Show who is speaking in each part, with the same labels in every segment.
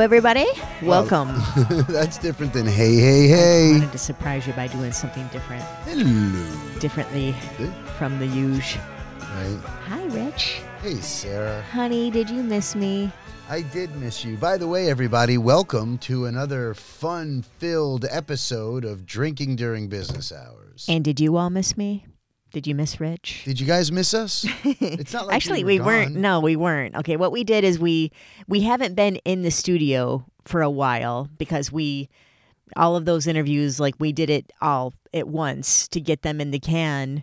Speaker 1: everybody. Welcome.
Speaker 2: That's different than hey, hey, hey.
Speaker 1: wanted to surprise you by doing something different,
Speaker 2: Hello.
Speaker 1: differently from the usual.
Speaker 2: Right.
Speaker 1: Hi, Rich.
Speaker 2: Hey, Sarah.
Speaker 1: Honey, did you miss me?
Speaker 2: I did miss you. By the way, everybody, welcome to another fun filled episode of Drinking During Business Hours.
Speaker 1: And did you all miss me? Did you miss Rich?
Speaker 2: did you guys miss us? It's not like
Speaker 1: Actually,
Speaker 2: we,
Speaker 1: we
Speaker 2: were
Speaker 1: weren't.
Speaker 2: gone.
Speaker 1: No, we weren't. Okay, what we did is we we haven't been in the studio for a while because we all of those interviews like we did it all at once to get them in the can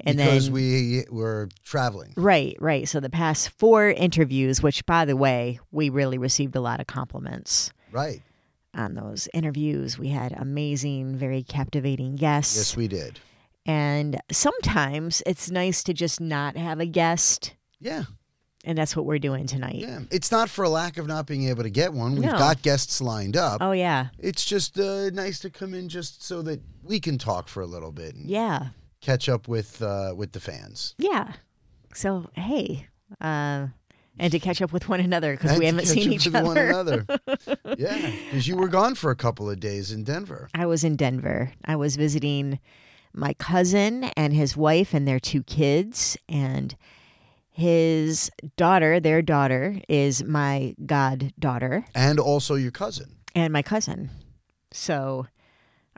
Speaker 1: and
Speaker 2: because
Speaker 1: then
Speaker 2: we were traveling.
Speaker 1: Right, right. So the past four interviews, which by the way, we really received a lot of compliments
Speaker 2: Right.
Speaker 1: on those interviews. We had amazing, very captivating guests.
Speaker 2: Yes, we did.
Speaker 1: and sometimes it's nice to just not have a guest,
Speaker 2: Yeah.
Speaker 1: and that's what we're doing tonight.
Speaker 2: Yeah. It's not for lack of not being able to get one. We've
Speaker 1: No.
Speaker 2: got guests lined up.
Speaker 1: Oh yeah.
Speaker 2: It's just uh, nice to come in just so that we can talk for a little bit and
Speaker 1: Yeah.
Speaker 2: catch up with uh, with the fans.
Speaker 1: Yeah. So, hey, uh and to catch up with one another because
Speaker 2: And
Speaker 1: we
Speaker 2: to
Speaker 1: haven't
Speaker 2: catch
Speaker 1: seen
Speaker 2: up
Speaker 1: each
Speaker 2: with
Speaker 1: other.
Speaker 2: One another. yeah, because you were gone for a couple of days in Denver.
Speaker 1: I was in Denver. I was visiting my cousin and his wife and their two kids. And his daughter, their daughter, is my goddaughter
Speaker 2: And also your cousin.
Speaker 1: and my cousin. So,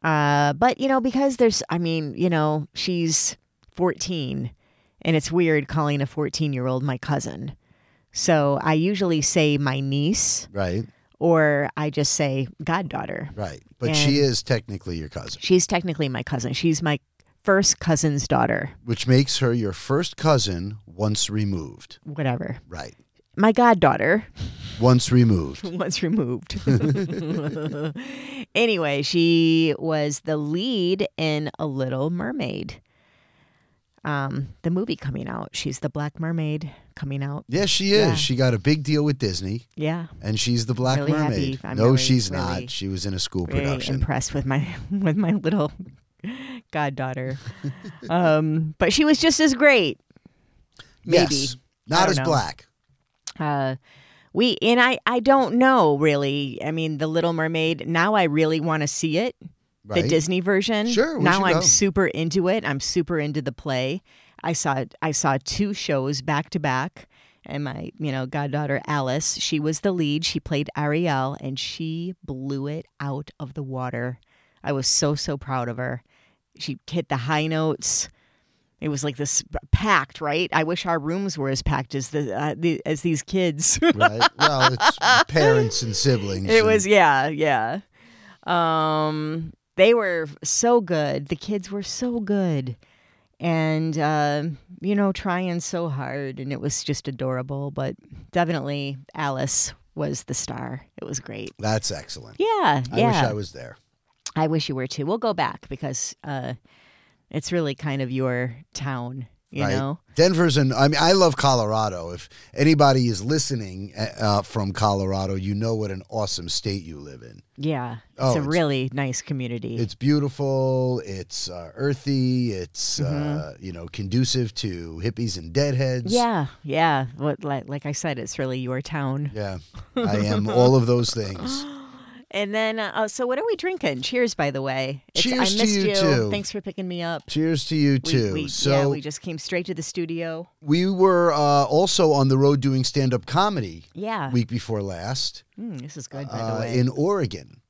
Speaker 1: uh, but you know, because there's, I mean, you know, she's 14 and it's weird calling a 14 year old my cousin. So I usually say my niece
Speaker 2: Right,
Speaker 1: or I just say goddaughter.
Speaker 2: right. But she is technically your cousin,
Speaker 1: She's technically my cousin. She's my first cousin's daughter,
Speaker 2: which makes her your first cousin once removed.
Speaker 1: whatever.
Speaker 2: Right,
Speaker 1: My goddaughter
Speaker 2: once removed.
Speaker 1: once removed. anyway, she was the lead in A Little Mermaid. Um, the movie coming out. She's the Black Mermaid coming out.
Speaker 2: Yes, she is.
Speaker 1: Yeah.
Speaker 2: She got a big deal with Disney,
Speaker 1: Yeah.
Speaker 2: and she's the Black
Speaker 1: Really happy.
Speaker 2: Mermaid.
Speaker 1: I'm
Speaker 2: no,
Speaker 1: really,
Speaker 2: she's
Speaker 1: really
Speaker 2: not. She was in a school
Speaker 1: Very
Speaker 2: production.
Speaker 1: impressed with my with my little goddaughter. um, but she was just as great. Maybe.
Speaker 2: Yes,
Speaker 1: I
Speaker 2: not
Speaker 1: don't
Speaker 2: as
Speaker 1: know.
Speaker 2: black.
Speaker 1: uh we and i i don't know really i mean the little mermaid now i really want to see it
Speaker 2: Right.
Speaker 1: the disney version
Speaker 2: Sure, we
Speaker 1: now
Speaker 2: should
Speaker 1: i'm
Speaker 2: go.
Speaker 1: super into it i'm super into the play i saw i saw two shows back to back and my you know goddaughter alice she was the lead she played ariel and she blew it out of the water i was so so proud of her she hit the high notes it was like this packed, right? I wish our rooms were as packed as the, uh, the as these kids.
Speaker 2: right. Well, it's parents and siblings.
Speaker 1: It
Speaker 2: and-
Speaker 1: was yeah, yeah. Um they were so good. The kids were so good. And uh, you know, trying so hard and it was just adorable, but definitely Alice was the star. It was great.
Speaker 2: That's excellent.
Speaker 1: Yeah,
Speaker 2: I
Speaker 1: yeah.
Speaker 2: wish I was there.
Speaker 1: I wish you were too. We'll go back because uh it's really kind of your town, you know.
Speaker 2: Denver's and I mean, I love Colorado. If anybody is listening uh, uh, from Colorado, you know what an awesome state you live in.
Speaker 1: Yeah. It's
Speaker 2: Oh,
Speaker 1: a
Speaker 2: it's-
Speaker 1: really nice community.
Speaker 2: It's beautiful. It's uh, earthy. It's uh, you know conducive to hippies and deadheads.
Speaker 1: Mm-hmm. yeah, yeah. What like like I said, it's really your town.
Speaker 2: yeah. I am all of those things.
Speaker 1: And then, uh, oh, so what are we drinking? Cheers, by the way. I
Speaker 2: Cheers to
Speaker 1: missed
Speaker 2: you, too.
Speaker 1: Thanks for picking me up.
Speaker 2: Cheers to you
Speaker 1: We-
Speaker 2: too.
Speaker 1: We,
Speaker 2: so
Speaker 1: yeah, we just came straight to the studio.
Speaker 2: we were uh, also on the road doing stand up comedy
Speaker 1: Yeah.
Speaker 2: week before last
Speaker 1: Mm, this is good, by the
Speaker 2: uh,
Speaker 1: way.
Speaker 2: in Oregon.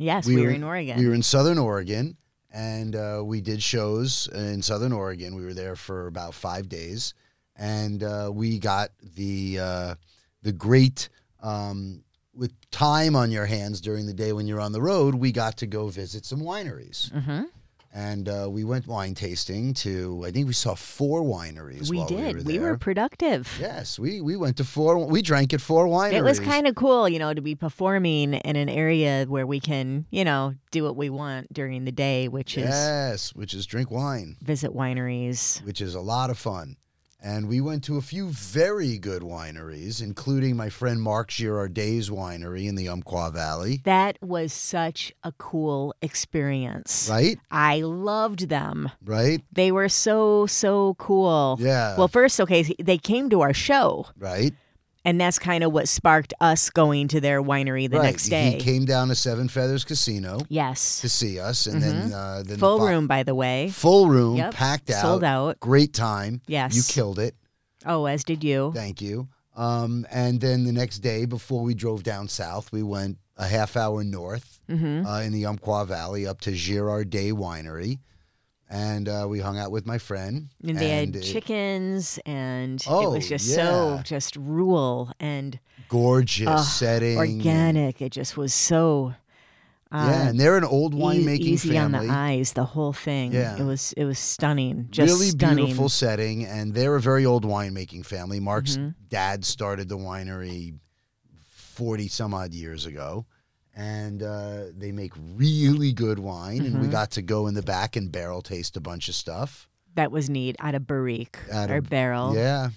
Speaker 1: yes, we, were in Oregon.
Speaker 2: We were in Southern Oregon, and uh, we did shows in Southern Oregon. We were there for about five days, and uh, we got the uh, the great um, with time on your hands during the day when you're on the road. We got to go visit some wineries,
Speaker 1: Mhm.
Speaker 2: and uh, we went wine tasting to. I think we saw four wineries.
Speaker 1: We
Speaker 2: while
Speaker 1: did.
Speaker 2: We were, there.
Speaker 1: productive.
Speaker 2: Yes, we, we went to four. We drank at four wineries.
Speaker 1: It was kind of cool, you know, to be performing in an area where we can, you know, do what we want during the day, which is
Speaker 2: yes, which is drink wine.
Speaker 1: visit wineries.
Speaker 2: which is a lot of fun. And we went to a few very good wineries, including my friend Mark Girardet's winery in the Umpqua Valley.
Speaker 1: That was such a cool experience.
Speaker 2: Right?
Speaker 1: I loved them.
Speaker 2: Right?
Speaker 1: They were so so cool.
Speaker 2: Yeah.
Speaker 1: Well, first, okay, they came to our show
Speaker 2: right?
Speaker 1: And that's kind of what sparked us going to their winery the
Speaker 2: right.
Speaker 1: next day.
Speaker 2: He came down to Seven Feathers Casino
Speaker 1: yes.
Speaker 2: to see us, and then uh, then the
Speaker 1: Mm-hmm. Full
Speaker 2: fo-
Speaker 1: room, by the way.
Speaker 2: full room,
Speaker 1: Yep.
Speaker 2: packed out,
Speaker 1: Sold out.
Speaker 2: Great time.
Speaker 1: Yes.
Speaker 2: you killed it.
Speaker 1: Oh, as did you.
Speaker 2: Thank you. Um, and then the next day, before we drove down south, we went a half hour north
Speaker 1: Mm-hmm.
Speaker 2: uh, in the Umpqua Valley up to Girard Day Winery, and uh, we hung out with my friend.
Speaker 1: And they
Speaker 2: and
Speaker 1: had
Speaker 2: it-
Speaker 1: chickens, and it
Speaker 2: Oh,
Speaker 1: was just so
Speaker 2: yeah.
Speaker 1: just rural and
Speaker 2: gorgeous
Speaker 1: ugh,
Speaker 2: setting, and-
Speaker 1: organic. It just was so. Uh,
Speaker 2: yeah, and they're an old
Speaker 1: e-
Speaker 2: winemaking
Speaker 1: easy
Speaker 2: family.
Speaker 1: on the eyes, the whole thing.
Speaker 2: Yeah.
Speaker 1: It was it was stunning. Just
Speaker 2: really
Speaker 1: stunning.
Speaker 2: beautiful setting, and they're a very old winemaking family. Mark's
Speaker 1: Mm-hmm.
Speaker 2: dad started the winery forty some odd years ago, and uh, they make really good wine. And
Speaker 1: Mm-hmm.
Speaker 2: we got to go in the back and barrel taste a bunch of stuff.
Speaker 1: That was neat out of barrique
Speaker 2: Out
Speaker 1: or
Speaker 2: of-
Speaker 1: barrel.
Speaker 2: Yeah,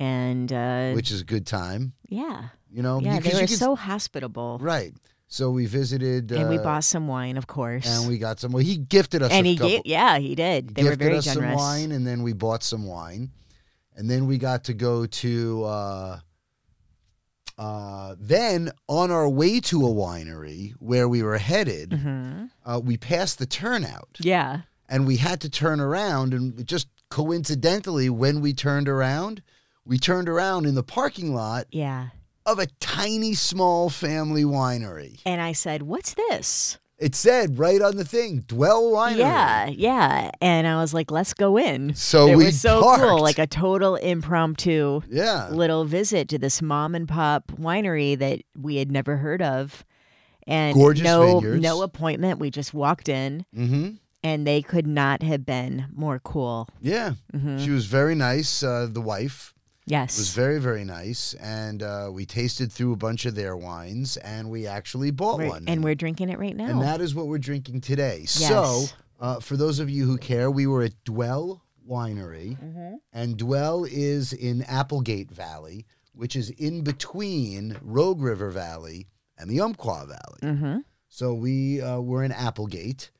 Speaker 1: And uh,
Speaker 2: which is a good time,
Speaker 1: yeah.
Speaker 2: you know.
Speaker 1: Yeah,
Speaker 2: Um, because
Speaker 1: they
Speaker 2: you
Speaker 1: were
Speaker 2: can-
Speaker 1: so hospitable.
Speaker 2: right. So we visited,
Speaker 1: and we
Speaker 2: uh,
Speaker 1: bought some wine, of course.
Speaker 2: and we got some. Well, he gifted us,
Speaker 1: And
Speaker 2: a
Speaker 1: he
Speaker 2: couple-
Speaker 1: gave, yeah, he did. They were
Speaker 2: gifted
Speaker 1: very
Speaker 2: us
Speaker 1: generous.
Speaker 2: some wine, and then we bought some wine, and then we got to go to. Uh, uh, then on our way to a winery where we were headed, uh, we passed the turnout,
Speaker 1: Mm-hmm. Yeah.
Speaker 2: and we had to turn around, and just coincidentally, when we turned around. We turned around in the parking lot
Speaker 1: Yeah.
Speaker 2: of a tiny small family winery.
Speaker 1: And I said, What's this?
Speaker 2: It said right on the thing, Dwell Winery.
Speaker 1: Yeah, yeah. And I was like, Let's go in.
Speaker 2: So
Speaker 1: it
Speaker 2: we
Speaker 1: was so cool.
Speaker 2: parked.
Speaker 1: Like a total impromptu
Speaker 2: Yeah.
Speaker 1: little visit to this mom and pop winery that we had never heard of. And
Speaker 2: Gorgeous
Speaker 1: no
Speaker 2: vineyards.
Speaker 1: no appointment. We just walked in
Speaker 2: Mm-hmm.
Speaker 1: and they could not have been more cool.
Speaker 2: Yeah,
Speaker 1: Mm-hmm.
Speaker 2: she was very nice. Uh, the wife
Speaker 1: Yes.
Speaker 2: was very, very nice, and uh, we tasted through a bunch of their wines, and we actually bought
Speaker 1: We're-
Speaker 2: one.
Speaker 1: and we're drinking it right now.
Speaker 2: And that is what we're drinking today.
Speaker 1: Yes.
Speaker 2: So, uh, for those of you who care, we were at Dwell Winery,
Speaker 1: Mm-hmm.
Speaker 2: and Dwell is in Applegate Valley, which is in between Rogue River Valley and the Umpqua Valley.
Speaker 1: hmm
Speaker 2: So we uh, were in Applegate,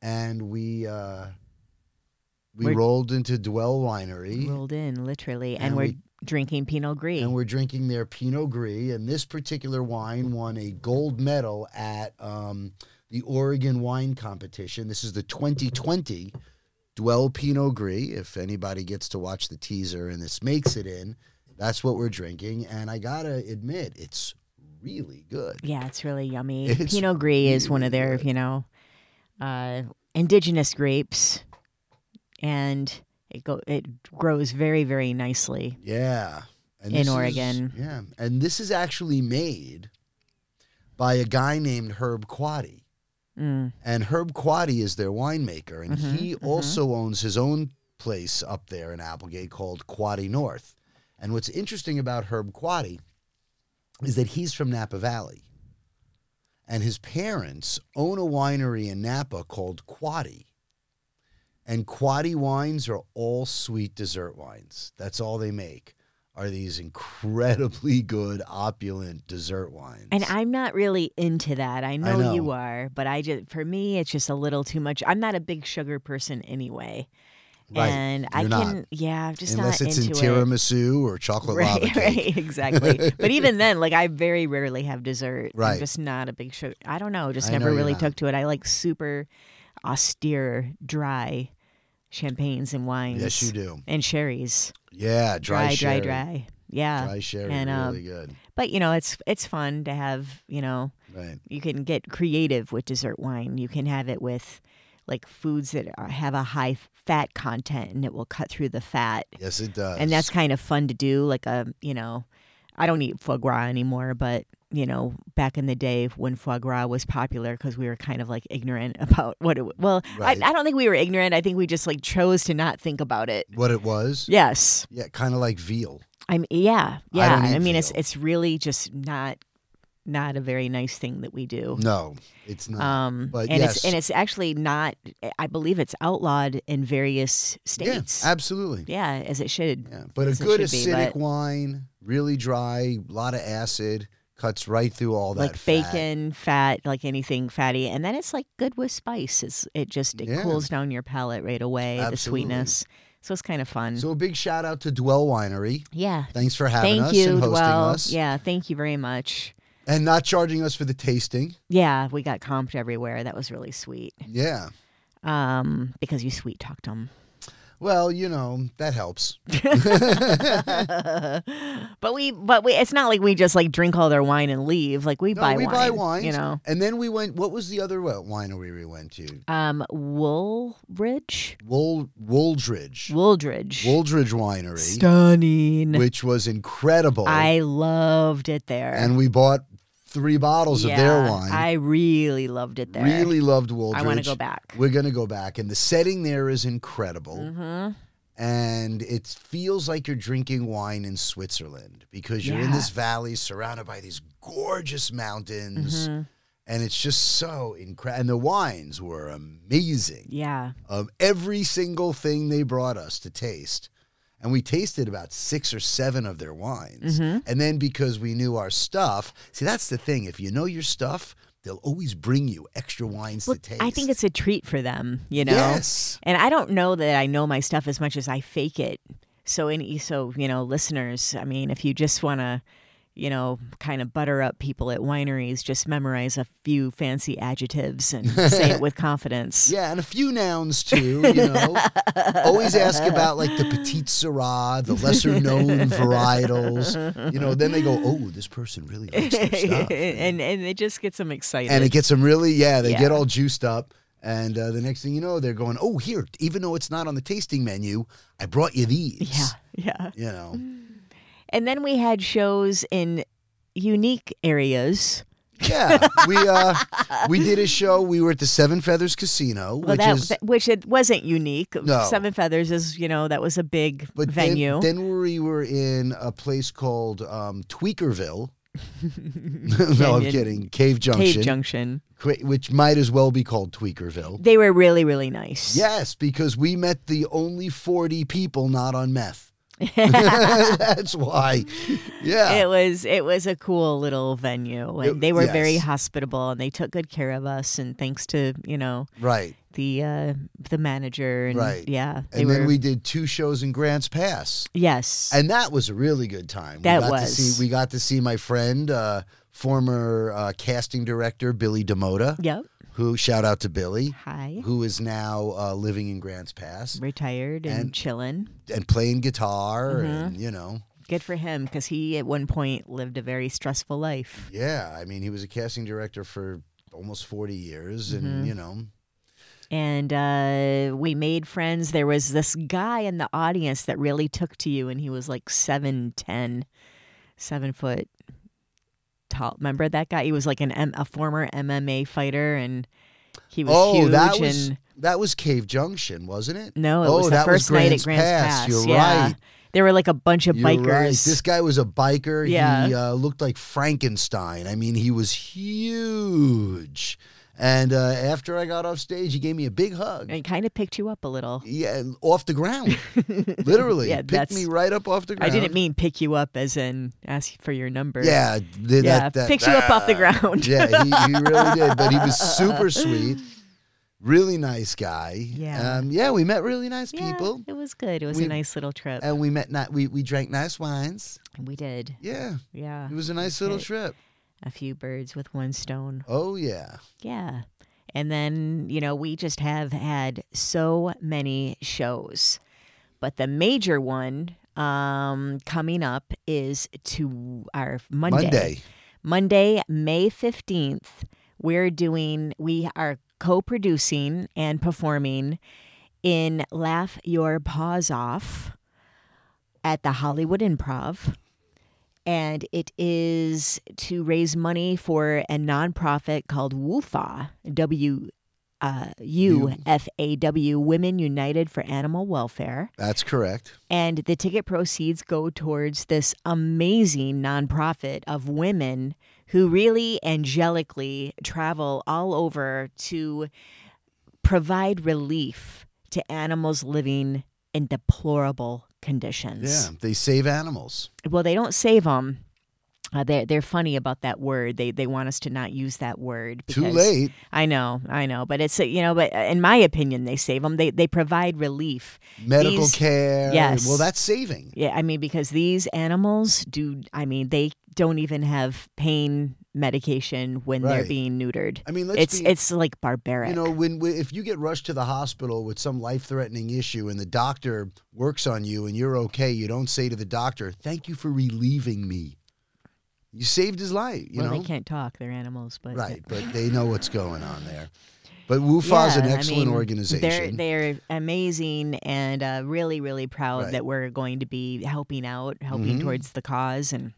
Speaker 2: and we uh, we
Speaker 1: We're-
Speaker 2: rolled into Dwell Winery,
Speaker 1: Rolled in, literally. And,
Speaker 2: And
Speaker 1: we're
Speaker 2: we-
Speaker 1: drinking Pinot Gris.
Speaker 2: and we're drinking their Pinot Gris. And this particular wine won a gold medal at um, the Oregon Wine Competition. This is the 2020 Dwell Pinot Gris. If anybody gets to watch the teaser and this makes it in, that's what we're drinking. And I gotta admit, it's really good.
Speaker 1: Yeah, it's really yummy.
Speaker 2: It's
Speaker 1: Pinot Gris is one of
Speaker 2: really
Speaker 1: their,
Speaker 2: good.
Speaker 1: you know, uh, indigenous grapes, and it go it grows very very nicely.
Speaker 2: Yeah. And
Speaker 1: In
Speaker 2: this is-
Speaker 1: Oregon.
Speaker 2: yeah. And this is actually made by a guy named Herb Quaddy.
Speaker 1: Mm.
Speaker 2: And Herb Quaddy is their winemaker. And
Speaker 1: Mhm,
Speaker 2: he
Speaker 1: mhm.
Speaker 2: also owns his own place up there in Applegate called Quaddy North. And what's interesting about Herb Quaddy is that he's from Napa Valley. And his parents own a winery in Napa called Quaddy. And Quaddy wines are all sweet dessert wines. That's all they make are these incredibly good, opulent dessert wines.
Speaker 1: And I'm not really into that. I know, you
Speaker 2: know.
Speaker 1: are, but I just for me it's just a little too much. I'm not a big sugar person anyway,
Speaker 2: Right.
Speaker 1: and I
Speaker 2: You're not.
Speaker 1: can yeah, I'm just
Speaker 2: Unless
Speaker 1: not
Speaker 2: it's in
Speaker 1: into it.
Speaker 2: tiramisu or chocolate lava
Speaker 1: Right,
Speaker 2: cake.
Speaker 1: right, exactly. but even then, like I very rarely have dessert. I'm
Speaker 2: Right.
Speaker 1: just not a big sugar. I don't know. Just
Speaker 2: I
Speaker 1: never
Speaker 2: know you're
Speaker 1: really
Speaker 2: not.
Speaker 1: took to it. I like super austere, dry champagnes and wines.
Speaker 2: Yes, you do.
Speaker 1: And sherries.
Speaker 2: Yeah, dry,
Speaker 1: Dry, dry,
Speaker 2: sherry.
Speaker 1: dry. Yeah.
Speaker 2: Dry sherry,
Speaker 1: And, um,
Speaker 2: really good.
Speaker 1: But you know, it's it's fun to have. You know,
Speaker 2: Right.
Speaker 1: you can get creative with dessert wine. You can have it with like foods that are, have a high fat content, and it will cut through the fat.
Speaker 2: Yes, it does.
Speaker 1: and that's kind of fun to do like a you know i don't eat foie gras anymore but you know back in the day when foie gras was popular because we were kind of like ignorant about what it wa- well
Speaker 2: Right.
Speaker 1: I, I don't think we were ignorant i think we just like chose to not think about it
Speaker 2: what it was. Yeah,
Speaker 1: yes
Speaker 2: kind of like veal.
Speaker 1: i'm yeah yeah
Speaker 2: don't
Speaker 1: i,
Speaker 2: eat
Speaker 1: mean it's
Speaker 2: veal.
Speaker 1: it's really just not not a very nice thing that we do
Speaker 2: No, it's not.
Speaker 1: um
Speaker 2: but
Speaker 1: and
Speaker 2: yes.
Speaker 1: it's and it's actually not i believe it's outlawed in various
Speaker 2: yeah,
Speaker 1: states
Speaker 2: absolutely.
Speaker 1: yeah as it should
Speaker 2: Yeah. But a
Speaker 1: Yes, it
Speaker 2: good
Speaker 1: should be,
Speaker 2: acidic
Speaker 1: but-
Speaker 2: wine, really dry, a lot of acid, cuts right through all that.
Speaker 1: like
Speaker 2: fat.
Speaker 1: bacon, fat, like anything fatty, and then it's like good with spice. It's it just it
Speaker 2: Yeah.
Speaker 1: cools down your palate right away. The
Speaker 2: Absolutely.
Speaker 1: sweetness, So it's kind of fun.
Speaker 2: So a big shout out to Dwell Winery.
Speaker 1: yeah.
Speaker 2: Thanks for having
Speaker 1: Thank
Speaker 2: us
Speaker 1: you,
Speaker 2: and hosting
Speaker 1: Dwell.
Speaker 2: us.
Speaker 1: Yeah, thank you very much.
Speaker 2: And not charging us for the tasting.
Speaker 1: Yeah, we got comped everywhere. That was really sweet.
Speaker 2: Yeah.
Speaker 1: Um, because you sweet talked them.
Speaker 2: Well, you know, that helps.
Speaker 1: but we, but we, it's not like we just like drink all their wine and leave. Like we
Speaker 2: No,
Speaker 1: buy
Speaker 2: we
Speaker 1: wine.
Speaker 2: buy wines.
Speaker 1: You know,
Speaker 2: And then we went, what was the other wi- winery we went to?
Speaker 1: um, Woolridge,
Speaker 2: Wool, Wooldridge.
Speaker 1: Wooldridge,
Speaker 2: Wooldridge Winery,
Speaker 1: stunning.
Speaker 2: which was incredible.
Speaker 1: I loved it there.
Speaker 2: and we bought three bottles of their
Speaker 1: Yeah,
Speaker 2: wine.
Speaker 1: I really loved it there.
Speaker 2: Really loved Wooldridge.
Speaker 1: I want to go back.
Speaker 2: We're going to go back. And the setting there is incredible.
Speaker 1: Mm-hmm.
Speaker 2: and it feels like you're drinking wine in Switzerland because you're in
Speaker 1: Yeah.
Speaker 2: this valley surrounded by these gorgeous mountains.
Speaker 1: Mm-hmm.
Speaker 2: And it's just so incredible. And the wines were amazing.
Speaker 1: Yeah.
Speaker 2: Um, every single thing they brought us to taste. And we tasted about six or seven of their wines.
Speaker 1: Mm-hmm.
Speaker 2: And then because we knew our stuff, see, that's the thing. If you know your stuff, they'll always bring you extra wines
Speaker 1: Well,
Speaker 2: to taste.
Speaker 1: I think it's a treat for them, you know?
Speaker 2: Yes.
Speaker 1: And I don't know that I know my stuff as much as I fake it. So, in, so you know, listeners, I mean, if you just want to, you know, kind of butter up people at wineries, just memorize a few fancy adjectives and say it with confidence.
Speaker 2: Yeah, and a few nouns too, you know. Always ask about like the Petite Syrah, the lesser known varietals. You know, then they go, oh, this person really likes their stuff.
Speaker 1: and and it just gets them excited.
Speaker 2: And it gets them really, yeah, they get
Speaker 1: Yeah.
Speaker 2: all juiced up. And uh, the next thing you know, they're going, oh, here, even though it's not on the tasting menu, I brought you these.
Speaker 1: yeah, Mm. yeah.
Speaker 2: You know,
Speaker 1: And then we had shows in unique areas.
Speaker 2: yeah, we uh, we did a show. We were at the Seven Feathers Casino,
Speaker 1: Well,
Speaker 2: which
Speaker 1: that
Speaker 2: is
Speaker 1: that- which it wasn't unique.
Speaker 2: No.
Speaker 1: Seven Feathers is you know that was a big
Speaker 2: but then-
Speaker 1: venue.
Speaker 2: Then, we were in a place called um, Tweakerville, no, I'm
Speaker 1: Canyon.
Speaker 2: kidding. Cave Junction,
Speaker 1: Cave Junction.
Speaker 2: qu- which might as well be called Tweakerville.
Speaker 1: They were really really nice.
Speaker 2: Yes, because we met the only 40 people not on meth. That's why. Yeah.
Speaker 1: It was it was a cool little venue, and
Speaker 2: It-
Speaker 1: they were very
Speaker 2: yes.
Speaker 1: hospitable, and they took good care of us. And thanks to you know
Speaker 2: right.
Speaker 1: the uh, the manager, and
Speaker 2: Right.
Speaker 1: yeah, they
Speaker 2: And
Speaker 1: were
Speaker 2: then we did two shows in Grants Pass.
Speaker 1: yes,
Speaker 2: And that was a really good time.
Speaker 1: That
Speaker 2: we got
Speaker 1: was.
Speaker 2: To see, we got to see my friend, uh, former uh, casting director, Billy Demota,
Speaker 1: yep,
Speaker 2: who, shout out to Billy,
Speaker 1: hi,
Speaker 2: who is now uh, living in Grants Pass
Speaker 1: retired and,
Speaker 2: And-
Speaker 1: chilling.
Speaker 2: and playing guitar
Speaker 1: Mm-hmm.
Speaker 2: and, you know.
Speaker 1: Good for him because he at one point lived a very stressful life.
Speaker 2: Yeah, I mean, he was a casting director for almost 40 years, and
Speaker 1: Mm-hmm.
Speaker 2: you know,
Speaker 1: And uh, we made friends. There was this guy in the audience that really took to you, and he was like seven ten, seven foot tall. Remember that guy? He was like an M- a former MMA fighter, and he was
Speaker 2: oh,
Speaker 1: huge.
Speaker 2: that
Speaker 1: and
Speaker 2: was that was Cave Junction, wasn't it?
Speaker 1: no, it
Speaker 2: oh,
Speaker 1: was the
Speaker 2: that
Speaker 1: first
Speaker 2: was
Speaker 1: night at
Speaker 2: Grants
Speaker 1: Grand's
Speaker 2: Pass.
Speaker 1: Pass.
Speaker 2: You're
Speaker 1: yeah.
Speaker 2: right.
Speaker 1: There were like a bunch of
Speaker 2: You're right.
Speaker 1: bikers.
Speaker 2: This guy was a biker. He
Speaker 1: Yeah.
Speaker 2: uh, looked like Frankenstein. I mean, he was huge. And uh, after I got off stage, he gave me a big hug.
Speaker 1: and kind of picked you up a little.
Speaker 2: Yeah, off the ground, literally.
Speaker 1: Yeah,
Speaker 2: picked
Speaker 1: that's-
Speaker 2: me right up off the
Speaker 1: I
Speaker 2: ground.
Speaker 1: didn't mean pick you up as in ask for your number.
Speaker 2: Yeah, th-
Speaker 1: Yeah,
Speaker 2: that, that,
Speaker 1: picks you up off the ground.
Speaker 2: yeah, he, he really did. But he was super sweet, really nice guy.
Speaker 1: Yeah.
Speaker 2: um, yeah. We met really nice
Speaker 1: Yeah,
Speaker 2: people,
Speaker 1: It was good. It was
Speaker 2: We-
Speaker 1: a nice little trip.
Speaker 2: and we met not we we drank nice wines.
Speaker 1: we did.
Speaker 2: Yeah,
Speaker 1: Yeah.
Speaker 2: it was a nice little trip.
Speaker 1: A few birds with one stone.
Speaker 2: Oh yeah,
Speaker 1: Yeah. And then, you know, we just have had so many shows. But the major one um, coming up is to our Monday.
Speaker 2: Monday.
Speaker 1: Monday, May 15th, we're doing, we are co producing and performing in Laugh Your Paws Off at the Hollywood Improv. And it is to raise money for a nonprofit called WUFA, W uh, U F A W, Women United for Animal Welfare.
Speaker 2: That's correct.
Speaker 1: And the ticket proceeds go towards this amazing nonprofit of women who really angelically travel all over to provide relief to animals living in deplorable
Speaker 2: Yeah,
Speaker 1: conditions.
Speaker 2: they save animals.
Speaker 1: Well, they don't save them, Uh, they're they're funny about that word. They they want us to not use that word.
Speaker 2: Too
Speaker 1: because-
Speaker 2: late.
Speaker 1: I know, I know, but it's uh, you know, but uh, in my opinion, they save them. They they provide relief.
Speaker 2: Medical
Speaker 1: These-
Speaker 2: care.
Speaker 1: Yes.
Speaker 2: Well, that's saving.
Speaker 1: Yeah, I mean because these animals do. I mean they don't even have pain medication when they're
Speaker 2: Right.
Speaker 1: being neutered.
Speaker 2: I mean, let's
Speaker 1: It's
Speaker 2: be
Speaker 1: it's like barbaric.
Speaker 2: You know, when, when if you get rushed to the hospital with some life-threatening issue and the doctor works on you and you're okay, you don't say to the doctor, "Thank you for relieving me." You saved his life, you
Speaker 1: well,
Speaker 2: know.
Speaker 1: they can't talk. They're animals, but
Speaker 2: Right, but they know what's going on there. But WUFA's is an
Speaker 1: Yeah, I
Speaker 2: excellent
Speaker 1: mean,
Speaker 2: organization.
Speaker 1: They're they're amazing and uh, really really proud
Speaker 2: Right.
Speaker 1: that we're going to be helping out, helping
Speaker 2: Mhm.
Speaker 1: towards the cause and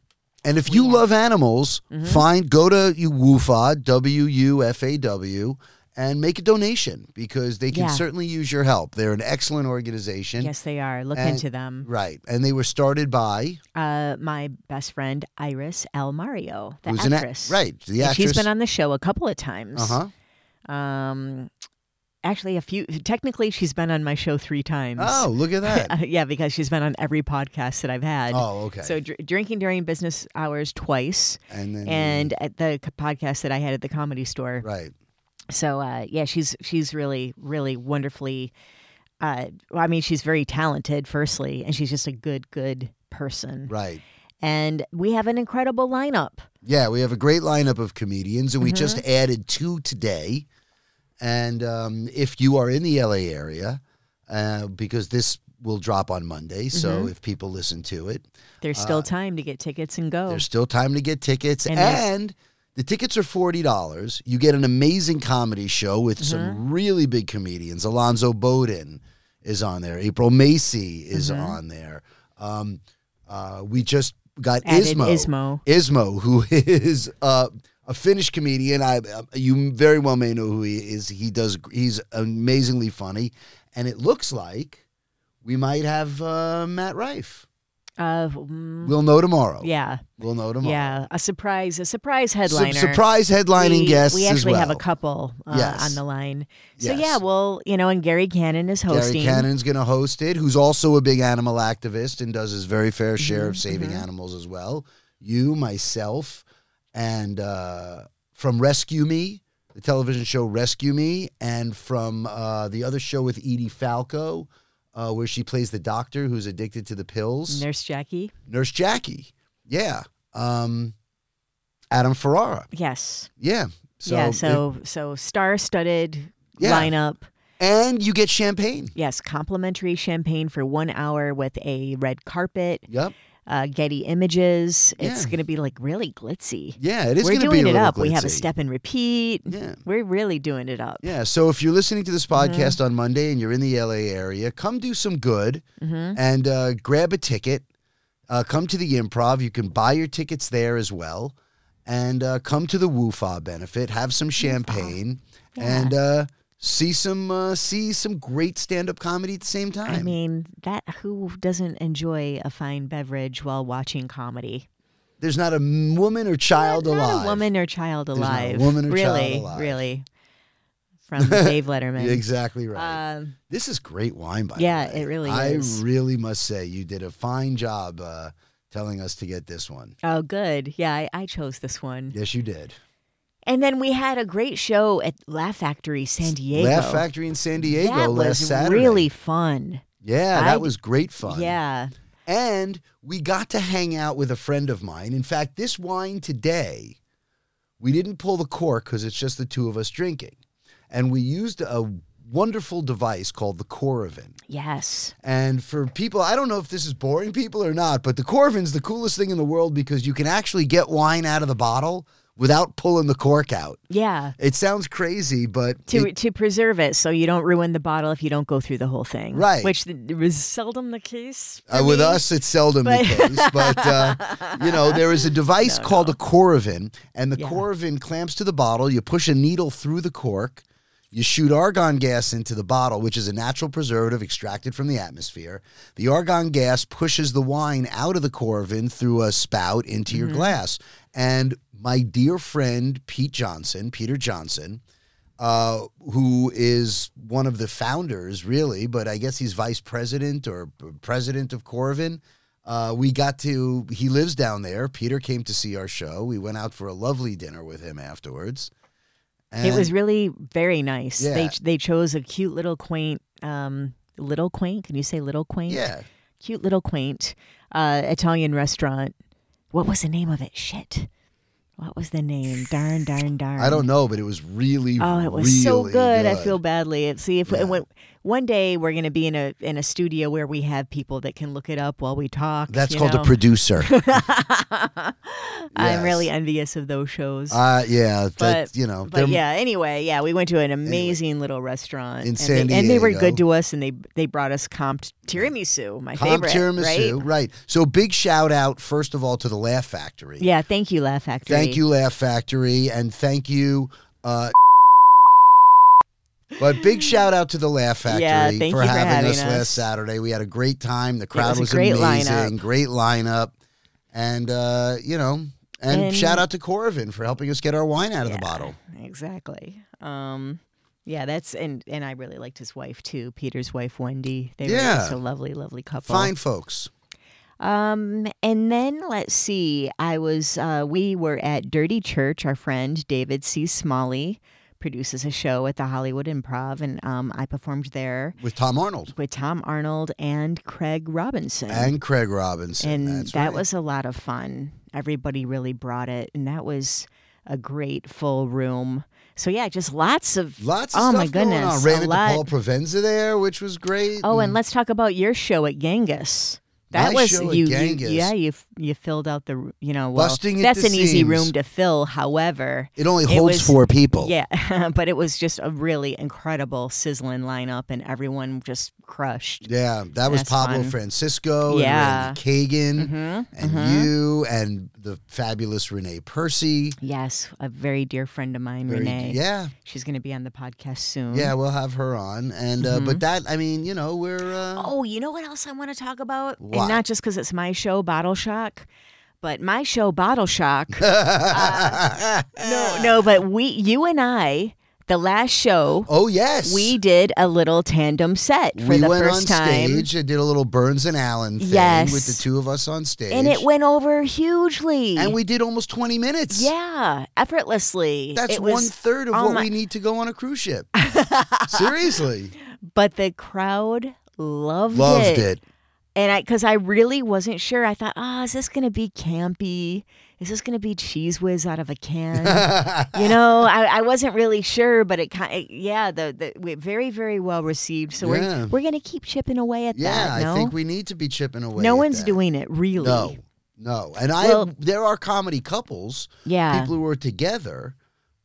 Speaker 2: and if you love animals,
Speaker 1: Mm-hmm.
Speaker 2: find go to you- WUFA, W U F A W, and make a donation because they can
Speaker 1: Yeah.
Speaker 2: certainly use your help. They're an excellent organization.
Speaker 1: yes, they are. Look
Speaker 2: and-
Speaker 1: into them.
Speaker 2: Right. And they were started by
Speaker 1: Uh, my best friend Iris Almario, the
Speaker 2: who's
Speaker 1: actress.
Speaker 2: an act, right? The
Speaker 1: And
Speaker 2: actress.
Speaker 1: She's been on the show a couple of times.
Speaker 2: Uh huh.
Speaker 1: Um, actually, a few. Technically, she's been on my show three times. Uh,
Speaker 2: Oh, look at that.
Speaker 1: yeah, because she's been on every podcast that I've had.
Speaker 2: oh, okay. Mm-hmm.
Speaker 1: So dr- drinking during business hours twice,
Speaker 2: and then
Speaker 1: and uh, at the c- podcast that I had at the comedy store.
Speaker 2: right.
Speaker 1: So uh, yeah, she's she's really really wonderfully. Uh, well, I mean, she's very talented, firstly, and she's just a good good person.
Speaker 2: Right.
Speaker 1: And we have an incredible lineup.
Speaker 2: Yeah, we have a great lineup of comedians, and we
Speaker 1: Mm-hmm.
Speaker 2: just added two today. And um, if you are in the LA area, uh, because this will drop on Monday,
Speaker 1: Mm-hmm.
Speaker 2: so if people listen to it,
Speaker 1: There's still time to get tickets and go.
Speaker 2: Uh, There's still time to get tickets. And,
Speaker 1: Oh. And there's-
Speaker 2: the tickets are $40. You get an amazing comedy show with
Speaker 1: Mm-hmm.
Speaker 2: some really big comedians. Alonzo Bowden is on there, April Macy is
Speaker 1: Mm-hmm.
Speaker 2: on there. Um, uh, we just got
Speaker 1: Added
Speaker 2: Ismo.
Speaker 1: Ismo.
Speaker 2: Ismo, who is uh, a Finnish comedian. I uh, You very well may know who he is. He does. He's amazingly funny. And it looks like we might have uh, Matt Rife.
Speaker 1: Uh, mm,
Speaker 2: We'll know tomorrow.
Speaker 1: yeah,
Speaker 2: We'll know tomorrow.
Speaker 1: yeah, a surprise, a surprise
Speaker 2: Su-
Speaker 1: headliner.
Speaker 2: surprise headlining
Speaker 1: we,
Speaker 2: guests
Speaker 1: We actually
Speaker 2: as well.
Speaker 1: have a couple uh,
Speaker 2: Yes.
Speaker 1: on the line. So
Speaker 2: Yes.
Speaker 1: yeah, well, you know, and Gary Cannon is hosting.
Speaker 2: Gary Cannon's going to host it, who's also a big animal activist and does his very
Speaker 1: Mm-hmm,
Speaker 2: fair share of saving animals as well. You, myself, and uh, from Rescue Me, the television show Rescue Me, and from uh, the other show with Edie Falco, uh, where she plays the doctor who's addicted to the pills,
Speaker 1: Nurse Jackie.
Speaker 2: Nurse Jackie. Yeah. Um, Adam Ferrara.
Speaker 1: Yes.
Speaker 2: Yeah. So,
Speaker 1: yeah.
Speaker 2: it-
Speaker 1: So so star-studded
Speaker 2: Yeah.
Speaker 1: lineup.
Speaker 2: and you get champagne.
Speaker 1: Yes, complimentary champagne for one hour with a red carpet.
Speaker 2: Yep.
Speaker 1: Uh, Getty Images. It's
Speaker 2: Yeah.
Speaker 1: going to be like really glitzy.
Speaker 2: Yeah, it is
Speaker 1: We're
Speaker 2: going to be
Speaker 1: doing
Speaker 2: a
Speaker 1: it
Speaker 2: little
Speaker 1: up. We have a
Speaker 2: glitzy.
Speaker 1: step and repeat.
Speaker 2: Yeah.
Speaker 1: We're really doing it up.
Speaker 2: Yeah, so if you're listening to this
Speaker 1: Mm-hmm.
Speaker 2: podcast on Monday and you're in the LA area, come do some good
Speaker 1: Mm-hmm.
Speaker 2: and uh, grab a ticket. Uh, come to the improv. You can buy your tickets there as well. And uh, come to the WooFa benefit. Have some champagne and uh, see some uh, see some great stand up comedy at the same time.
Speaker 1: I mean, that who doesn't enjoy a fine beverage while watching comedy?
Speaker 2: There's not a m- woman or child
Speaker 1: Not
Speaker 2: alive.
Speaker 1: a woman or child
Speaker 2: not a
Speaker 1: alive.
Speaker 2: woman or child
Speaker 1: really,
Speaker 2: alive.
Speaker 1: really. From Dave Letterman.
Speaker 2: You're exactly right.
Speaker 1: Um,
Speaker 2: This is great wine, by
Speaker 1: Yeah,
Speaker 2: the way.
Speaker 1: it really
Speaker 2: I
Speaker 1: is.
Speaker 2: really must say you did a fine job uh, telling us to get this one.
Speaker 1: oh, good. Yeah, I, I chose this one.
Speaker 2: Yes, you did.
Speaker 1: And then we had a great show at Laugh Factory San Diego.
Speaker 2: Laugh Factory in San Diego
Speaker 1: that
Speaker 2: last
Speaker 1: was
Speaker 2: Saturday.
Speaker 1: really fun.
Speaker 2: yeah, that
Speaker 1: I-
Speaker 2: was great fun.
Speaker 1: Yeah.
Speaker 2: and we got to hang out with a friend of mine. In fact, this wine today, we didn't pull the cork because it's just the two of us drinking, and we used a wonderful device called the Coravin.
Speaker 1: Yes.
Speaker 2: And for people, I don't know if this is boring people or not, but the Corvin's the coolest thing in the world because you can actually get wine out of the bottle without pulling the cork out.
Speaker 1: Yeah.
Speaker 2: It sounds crazy, but
Speaker 1: To,
Speaker 2: it-
Speaker 1: to preserve it so you don't ruin the bottle if you don't go through the whole thing.
Speaker 2: Right.
Speaker 1: Which th- was seldom the case. for
Speaker 2: uh, with
Speaker 1: me.
Speaker 2: us, it's seldom
Speaker 1: But-
Speaker 2: the case. But uh, you know, there is a device called a Coravin, and the
Speaker 1: Yeah.
Speaker 2: Coravin clamps to the bottle. You push a needle through the cork. You shoot argon gas into the bottle, which is a natural preservative extracted from the atmosphere. The argon gas pushes the wine out of the Coravin through a spout into
Speaker 1: Mm-hmm.
Speaker 2: your glass. And my dear friend Pete Johnson, Peter Johnson, uh, who is one of the founders, really, but I guess he's vice president or p- president of Corvin. Uh, we got to, he lives down there. Peter came to see our show. We went out for a lovely dinner with him afterwards.
Speaker 1: it was really very nice. They
Speaker 2: Yeah.
Speaker 1: they chose a cute little quaint, um, little quaint. Can you say little quaint?
Speaker 2: yeah,
Speaker 1: Cute little quaint uh, Italian restaurant. What was the name of it? Shit. What was the name? Darn, darn, darn.
Speaker 2: I don't know, but it was really,
Speaker 1: Oh, it was so
Speaker 2: really
Speaker 1: good. I feel badly. It- See if
Speaker 2: Yeah.
Speaker 1: when, one day we're going to be in a in a studio where we have people that can look it up while we talk.
Speaker 2: That's
Speaker 1: you
Speaker 2: called
Speaker 1: know?
Speaker 2: a producer.
Speaker 1: I'm really
Speaker 2: Yes.
Speaker 1: envious of those shows.
Speaker 2: uh, yeah, that,
Speaker 1: But-
Speaker 2: you know,
Speaker 1: but
Speaker 2: they're-
Speaker 1: yeah, anyway, yeah, we went to an amazing little restaurant
Speaker 2: In
Speaker 1: and,
Speaker 2: San
Speaker 1: they, and they were good
Speaker 2: Diego.
Speaker 1: to us, and they they brought us comped tiramisu, my
Speaker 2: Comp
Speaker 1: favorite,
Speaker 2: tiramisu,
Speaker 1: right?
Speaker 2: right? So big shout out first of all to the Laugh Factory.
Speaker 1: Yeah, thank you, Laugh Factory.
Speaker 2: Thank you, Laugh Factory, and thank you. Uh, but big shout out to the Laugh Factory
Speaker 1: Yeah, thank you for
Speaker 2: having,
Speaker 1: having
Speaker 2: us,
Speaker 1: us.
Speaker 2: last Saturday. We had a great time. The crowd
Speaker 1: was a
Speaker 2: was,
Speaker 1: great
Speaker 2: amazing.
Speaker 1: lineup.
Speaker 2: Great lineup, and uh, you know, and,
Speaker 1: And-
Speaker 2: shout out to Corvin for helping us get our wine out of
Speaker 1: Yeah,
Speaker 2: the bottle.
Speaker 1: Exactly. Um, yeah, that's and and I really liked his wife too, Peter's wife Wendy. They
Speaker 2: Yeah.
Speaker 1: were just a lovely, lovely couple.
Speaker 2: Fine, folks.
Speaker 1: Um, and then let's see. I was uh, we were at Dirty Church. Our friend David C. Smalley produces a show at the Hollywood Improv, and um, I performed there
Speaker 2: With Tom Arnold
Speaker 1: with Tom Arnold and Craig Robinson.
Speaker 2: and Craig Robinson.
Speaker 1: and
Speaker 2: That's
Speaker 1: that
Speaker 2: right.
Speaker 1: was a lot of fun. Everybody really brought it, and that was a great full room. So yeah, just lots of
Speaker 2: lots. Of
Speaker 1: oh
Speaker 2: stuff
Speaker 1: my
Speaker 2: going on.
Speaker 1: goodness,
Speaker 2: Ran
Speaker 1: a
Speaker 2: into
Speaker 1: lot.
Speaker 2: Paul Provenza there, which was great. Mm.
Speaker 1: Oh, and let's talk about your show at Genghis. That
Speaker 2: My
Speaker 1: was
Speaker 2: show at
Speaker 1: you, you-
Speaker 2: Genghis.
Speaker 1: Yeah, you f- you filled out the r- you know well,
Speaker 2: Busting at
Speaker 1: that's
Speaker 2: the
Speaker 1: an easy
Speaker 2: seams.
Speaker 1: room to fill. However,
Speaker 2: it only
Speaker 1: it
Speaker 2: holds
Speaker 1: was-
Speaker 2: four people.
Speaker 1: yeah, but it was just a really incredible sizzling lineup, and everyone just crushed.
Speaker 2: Yeah, that was
Speaker 1: That's
Speaker 2: Pablo
Speaker 1: fun.
Speaker 2: Francisco
Speaker 1: Yeah.
Speaker 2: and Randy Kagan
Speaker 1: Mhm,
Speaker 2: and
Speaker 1: mhm.
Speaker 2: you and the fabulous Renee Percy.
Speaker 1: Yes, a very dear friend of mine,
Speaker 2: Very-
Speaker 1: Renee. Mm-hmm.
Speaker 2: Yeah,
Speaker 1: She's going to be on the podcast soon.
Speaker 2: yeah, we'll have her on. And uh, but that, I mean, you know, we're uh,
Speaker 1: Mm-hmm. Oh, you know what else I want to talk about?
Speaker 2: What?
Speaker 1: And not just because it's my show, Bottle Shock, but my show, Bottle Shock. uh, no, no, but we, you and I, the last show,
Speaker 2: oh yes,
Speaker 1: we did a little tandem set for
Speaker 2: we
Speaker 1: the
Speaker 2: went
Speaker 1: first
Speaker 2: on
Speaker 1: time.
Speaker 2: stage and did a little Burns and Allen thing with
Speaker 1: Yes.
Speaker 2: the two of us on stage,
Speaker 1: And it went over hugely.
Speaker 2: and we did almost twenty minutes.
Speaker 1: yeah, effortlessly.
Speaker 2: That's
Speaker 1: it
Speaker 2: one
Speaker 1: was,
Speaker 2: third of
Speaker 1: oh
Speaker 2: what
Speaker 1: my-
Speaker 2: we need to go on a cruise ship. Seriously,
Speaker 1: but the crowd loved,
Speaker 2: loved it.
Speaker 1: and I because I really wasn't sure. I thought, ah, is this gonna be campy? Is this gonna be cheese whiz out of a can? you know, I, I wasn't really sure, but it kind, yeah, the, the we- very very well received. So
Speaker 2: Yeah.
Speaker 1: we're we're gonna keep chipping away at
Speaker 2: Yeah,
Speaker 1: that. No,
Speaker 2: I think we need to be chipping away.
Speaker 1: no
Speaker 2: at
Speaker 1: one's
Speaker 2: that.
Speaker 1: doing it really.
Speaker 2: No, no. And I,
Speaker 1: Well- uh-huh.
Speaker 2: there are comedy couples,
Speaker 1: Yeah.
Speaker 2: people who are together,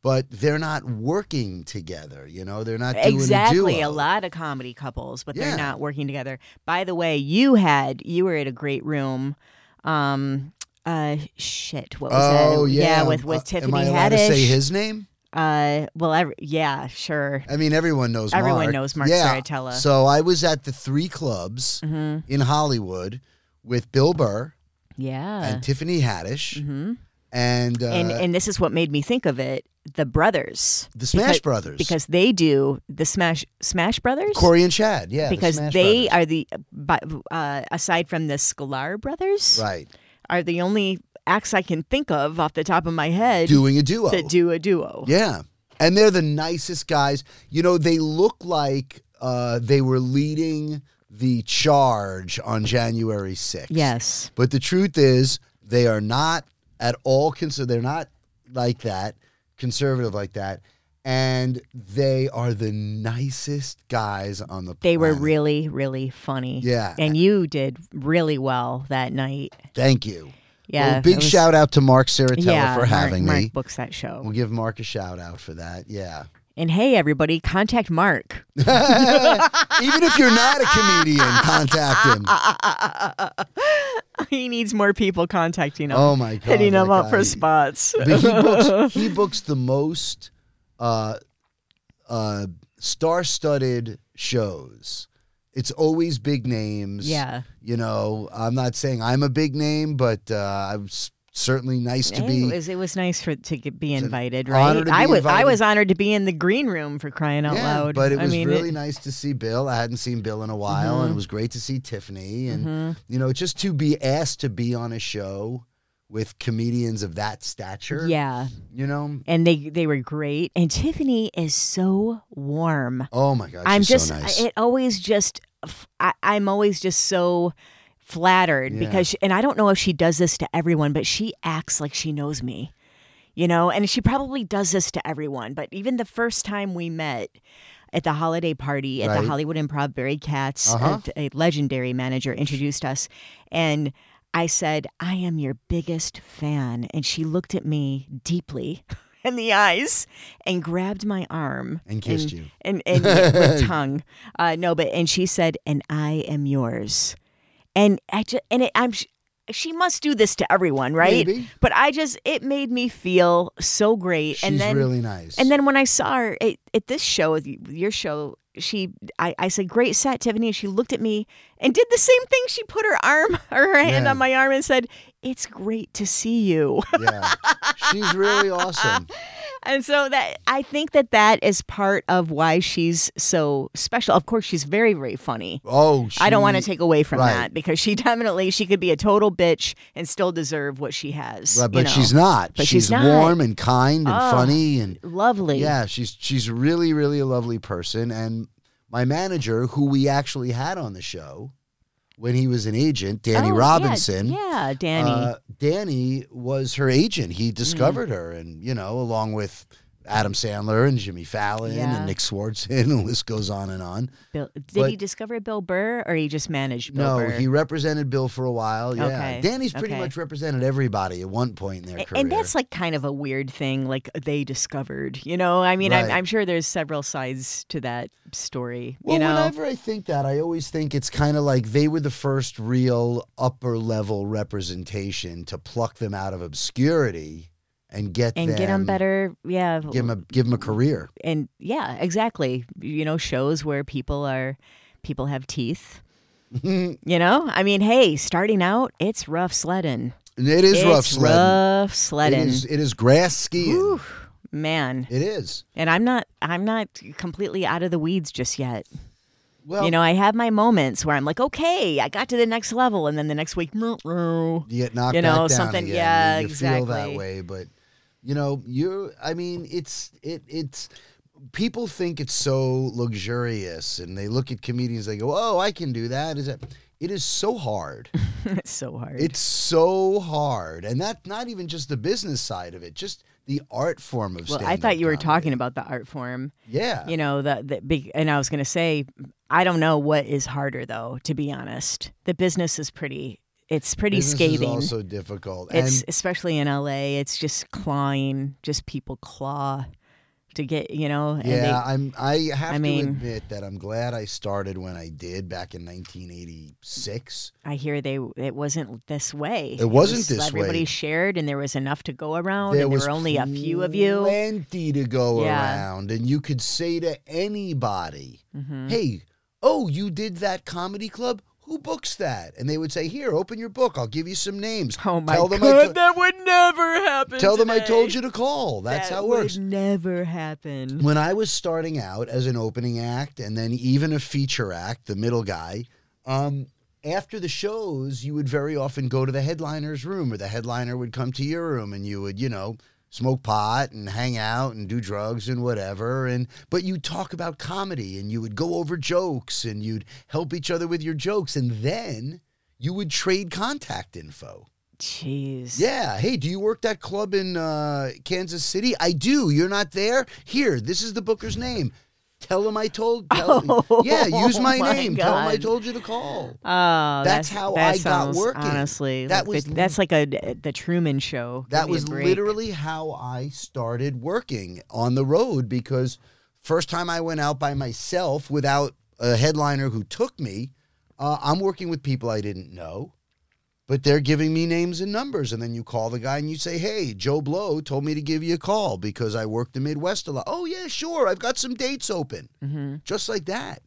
Speaker 2: but they're not working together. You know, they're not doing
Speaker 1: Exactly,
Speaker 2: a
Speaker 1: a
Speaker 2: duo.
Speaker 1: lot of comedy couples, but
Speaker 2: Yeah.
Speaker 1: they're not working together. By the way, you had you were at a great room. Um, uh, shit, what was
Speaker 2: Oh
Speaker 1: that?
Speaker 2: yeah,
Speaker 1: with
Speaker 2: uh,
Speaker 1: with Tiffany
Speaker 2: Am I allowed to
Speaker 1: Haddish.
Speaker 2: say his name?
Speaker 1: Uh, well, every, yeah, sure.
Speaker 2: I mean, everyone knows.
Speaker 1: Everyone
Speaker 2: Mark.
Speaker 1: knows Mark
Speaker 2: yeah.
Speaker 1: Saratella. Mm-hmm.
Speaker 2: So I was at the three clubs in Hollywood with Bill Burr
Speaker 1: Yeah.
Speaker 2: and Tiffany Haddish
Speaker 1: hmm
Speaker 2: and uh,
Speaker 1: Uh-huh. and and this is what made me think of it: the brothers,
Speaker 2: the Smash
Speaker 1: because-
Speaker 2: Brothers
Speaker 1: because they do the Smash Smash Brothers.
Speaker 2: Corey and Chad. Yeah, the
Speaker 1: because
Speaker 2: Smash
Speaker 1: they
Speaker 2: Brothers.
Speaker 1: are the, by- uh, aside from the Sklar brothers,
Speaker 2: right
Speaker 1: are the only acts I can think of off the top of my head
Speaker 2: doing a duo.
Speaker 1: that do a duo.
Speaker 2: Yeah. And they're the nicest guys. You know, they look like uh, they were leading the charge on January 6th.
Speaker 1: Yes.
Speaker 2: But the truth is, they are not at all considered, they're not like that, conservative like that. And they are the nicest guys on the
Speaker 1: They were
Speaker 2: planet.
Speaker 1: really, really funny.
Speaker 2: Yeah.
Speaker 1: And you did really well that night.
Speaker 2: Thank you.
Speaker 1: Yeah.
Speaker 2: Well, big
Speaker 1: it was-
Speaker 2: shout out to Mark Saratella for
Speaker 1: Mark-
Speaker 2: having
Speaker 1: Mark,
Speaker 2: me.
Speaker 1: books that show.
Speaker 2: We'll give Mark a shout out for that. Yeah.
Speaker 1: And hey, everybody, contact Mark.
Speaker 2: Even if you're not a comedian, contact him.
Speaker 1: Ah, he needs more people contacting him,
Speaker 2: Oh my god!
Speaker 1: hitting him
Speaker 2: that
Speaker 1: up
Speaker 2: guy.
Speaker 1: for spots.
Speaker 2: But he books he books the most uh, uh, star-studded shows. It's always big names.
Speaker 1: yeah.
Speaker 2: You know, I'm not saying I'm a big name, but uh, I'm s- certainly nice to be
Speaker 1: It was, it was nice for to get, be
Speaker 2: an
Speaker 1: invited, right?
Speaker 2: honor to
Speaker 1: I
Speaker 2: be
Speaker 1: was I
Speaker 2: invited.
Speaker 1: was honored to be in the green room for crying out
Speaker 2: yeah,
Speaker 1: loud.
Speaker 2: But it
Speaker 1: I
Speaker 2: was
Speaker 1: mean,
Speaker 2: really
Speaker 1: it- Mm-hmm.
Speaker 2: nice to see Bill. I hadn't seen Bill in a while, and it was great to see Tiffany. And
Speaker 1: Mhm.
Speaker 2: you know, just to be asked to be on a show with comedians of that stature,
Speaker 1: yeah,
Speaker 2: you know.
Speaker 1: and they they were great. And Tiffany is so warm.
Speaker 2: Oh my God,
Speaker 1: I'm
Speaker 2: she's
Speaker 1: just
Speaker 2: so nice.
Speaker 1: it always just f- I, am always just so flattered
Speaker 2: Yeah.
Speaker 1: because she, and I don't know if she does this to everyone, but she acts like she knows me. You know, and she probably does this to everyone, but even the first time we met at the holiday party at
Speaker 2: Right.
Speaker 1: the Hollywood Improv, Barry Katz,
Speaker 2: Uh-huh.
Speaker 1: a, a legendary manager, introduced us. And I said, I am your biggest fan. And she looked at me deeply in the eyes and grabbed my arm
Speaker 2: And kissed you.
Speaker 1: and and with tongue. Uh, no, but and she said, "And I am yours," and I just and it, I'm. sh- She must do this to everyone, right?
Speaker 2: Maybe.
Speaker 1: But I just it made me feel so great,
Speaker 2: she's
Speaker 1: and then
Speaker 2: really nice.
Speaker 1: and then when I saw her at, at this show, your show, she I, I said, "Great set, Tiffany," and she looked at me and did the same thing. She put her arm or her hand
Speaker 2: Yeah.
Speaker 1: on my arm and said, "It's great to see you."
Speaker 2: yeah, she's really awesome.
Speaker 1: And so that I think that that is part of why she's so special. Of course, she's very very funny.
Speaker 2: Oh, she,
Speaker 1: I don't want to take away from
Speaker 2: right.
Speaker 1: that because she definitely she could be a total bitch and still deserve what she has.
Speaker 2: But,
Speaker 1: you
Speaker 2: but
Speaker 1: know.
Speaker 2: she's not.
Speaker 1: But she's not.
Speaker 2: warm and kind and
Speaker 1: Oh.
Speaker 2: funny and
Speaker 1: lovely.
Speaker 2: Yeah, she's she's really really a lovely person, and my manager, who we actually had on the show when he was an agent, Danny
Speaker 1: Oh, yeah,
Speaker 2: Robinson.
Speaker 1: Yeah, Danny. Mm-hmm.
Speaker 2: uh, Danny was her agent. He discovered her, and you know, along with Adam Sandler and Jimmy Fallon
Speaker 1: Yeah.
Speaker 2: and Nick Swartzen, the list goes on and on.
Speaker 1: Bill, did
Speaker 2: but-
Speaker 1: he discover Bill Burr or he just managed Bill
Speaker 2: no,
Speaker 1: Burr?
Speaker 2: he represented Bill for a while. Yeah,
Speaker 1: Okay,
Speaker 2: Danny's pretty
Speaker 1: okay.
Speaker 2: much represented everybody at one point in their
Speaker 1: A-
Speaker 2: career.
Speaker 1: and that's like kind of a weird thing, like they discovered. You know, I mean, I'm,
Speaker 2: Right.
Speaker 1: I'm sure there's several sides to that story.
Speaker 2: Well,
Speaker 1: you know,
Speaker 2: whenever I think that, I always think it's kind of like they were the first real upper level representation to pluck them out of obscurity and get
Speaker 1: and
Speaker 2: them,
Speaker 1: get them better. Yeah,
Speaker 2: give them a give 'em a career.
Speaker 1: and yeah, exactly. You know, shows where people are people have teeth.
Speaker 2: it
Speaker 1: You know, I mean, hey, starting out, it's rough sledding.
Speaker 2: is
Speaker 1: it's
Speaker 2: rough sledding.
Speaker 1: Rough
Speaker 2: It
Speaker 1: sledding.
Speaker 2: is it is grass skiing.
Speaker 1: Whew, man.
Speaker 2: It is.
Speaker 1: And I'm not I'm not completely out of the weeds just yet.
Speaker 2: Well,
Speaker 1: you know, I have my moments where I'm like, okay, I got to the next level, and then the next week, you
Speaker 2: you get knocked
Speaker 1: you know,
Speaker 2: back down
Speaker 1: something-
Speaker 2: again.
Speaker 1: yeah,
Speaker 2: you feel that
Speaker 1: exactly.
Speaker 2: way but you know you i mean it's it it's people think it's so luxurious and they look at comedians they go oh i can do that is that it is so hard
Speaker 1: it's so hard.
Speaker 2: it's so hard and that's not even just the business side of it just the art form of
Speaker 1: well, I
Speaker 2: stand-up
Speaker 1: thought you were
Speaker 2: comedy.
Speaker 1: talking about the art form.
Speaker 2: yeah
Speaker 1: you know the, the big and i was going to say i don't know what is harder though to be honest the business is pretty it's pretty
Speaker 2: Business
Speaker 1: scathing
Speaker 2: is also difficult
Speaker 1: it's
Speaker 2: and
Speaker 1: especially in la it's just clawing just people claw to get you know and
Speaker 2: yeah,
Speaker 1: they,
Speaker 2: I'm. I have to
Speaker 1: mean-
Speaker 2: admit that I'm glad I started when I did back in 1986.
Speaker 1: i hear they it wasn't this way
Speaker 2: It wasn't
Speaker 1: was
Speaker 2: this way.
Speaker 1: everybody shared and there was enough to go around and there were only a few of you
Speaker 2: Plenty to go
Speaker 1: Yeah.
Speaker 2: around, and you could say to anybody,
Speaker 1: Mhm.
Speaker 2: "Hey, oh, you did that comedy club? Who books that?" And they would say, "Here, open your book. I'll give you some names.
Speaker 1: oh my
Speaker 2: tell them
Speaker 1: god
Speaker 2: I to-
Speaker 1: that would never happen
Speaker 2: tell them I told
Speaker 1: today.
Speaker 2: you to call. That's
Speaker 1: that
Speaker 2: how it
Speaker 1: would
Speaker 2: works."
Speaker 1: never happen
Speaker 2: When I was starting out as an opening act and then even a feature act, the middle guy, um, after the shows, you would very often go to the headliner's room or the headliner would come to your room and you would, you know, smoke pot and hang out and do drugs and whatever and but you talk about comedy and you would go over jokes and you'd help each other with your jokes and then you would trade contact info.
Speaker 1: jeez
Speaker 2: Yeah. Hey, do you work that club in uh, Kansas City? I do. You're not there? Here, this is the booker's name. Tell him I told. Tell,
Speaker 1: Oh,
Speaker 2: yeah, use my,
Speaker 1: my
Speaker 2: name. Tell him I
Speaker 1: God.
Speaker 2: told you to call.
Speaker 1: Oh,
Speaker 2: That's
Speaker 1: that's,
Speaker 2: how
Speaker 1: that
Speaker 2: I got
Speaker 1: sounds,
Speaker 2: working.
Speaker 1: Honestly,
Speaker 2: That
Speaker 1: that
Speaker 2: was
Speaker 1: was that's like a the Truman Show. Give
Speaker 2: That
Speaker 1: me a
Speaker 2: was
Speaker 1: break.
Speaker 2: literally how I started working on the road because first time I went out by myself without a headliner who took me, uh, I'm working with people I didn't know. But they're giving me names and numbers. And then you call the guy and you say, Hey, Joe Blow told me to give you a call because I work the Midwest a lot. Oh, yeah, sure. I've got some dates open.
Speaker 1: Mm-hmm.
Speaker 2: Just like that.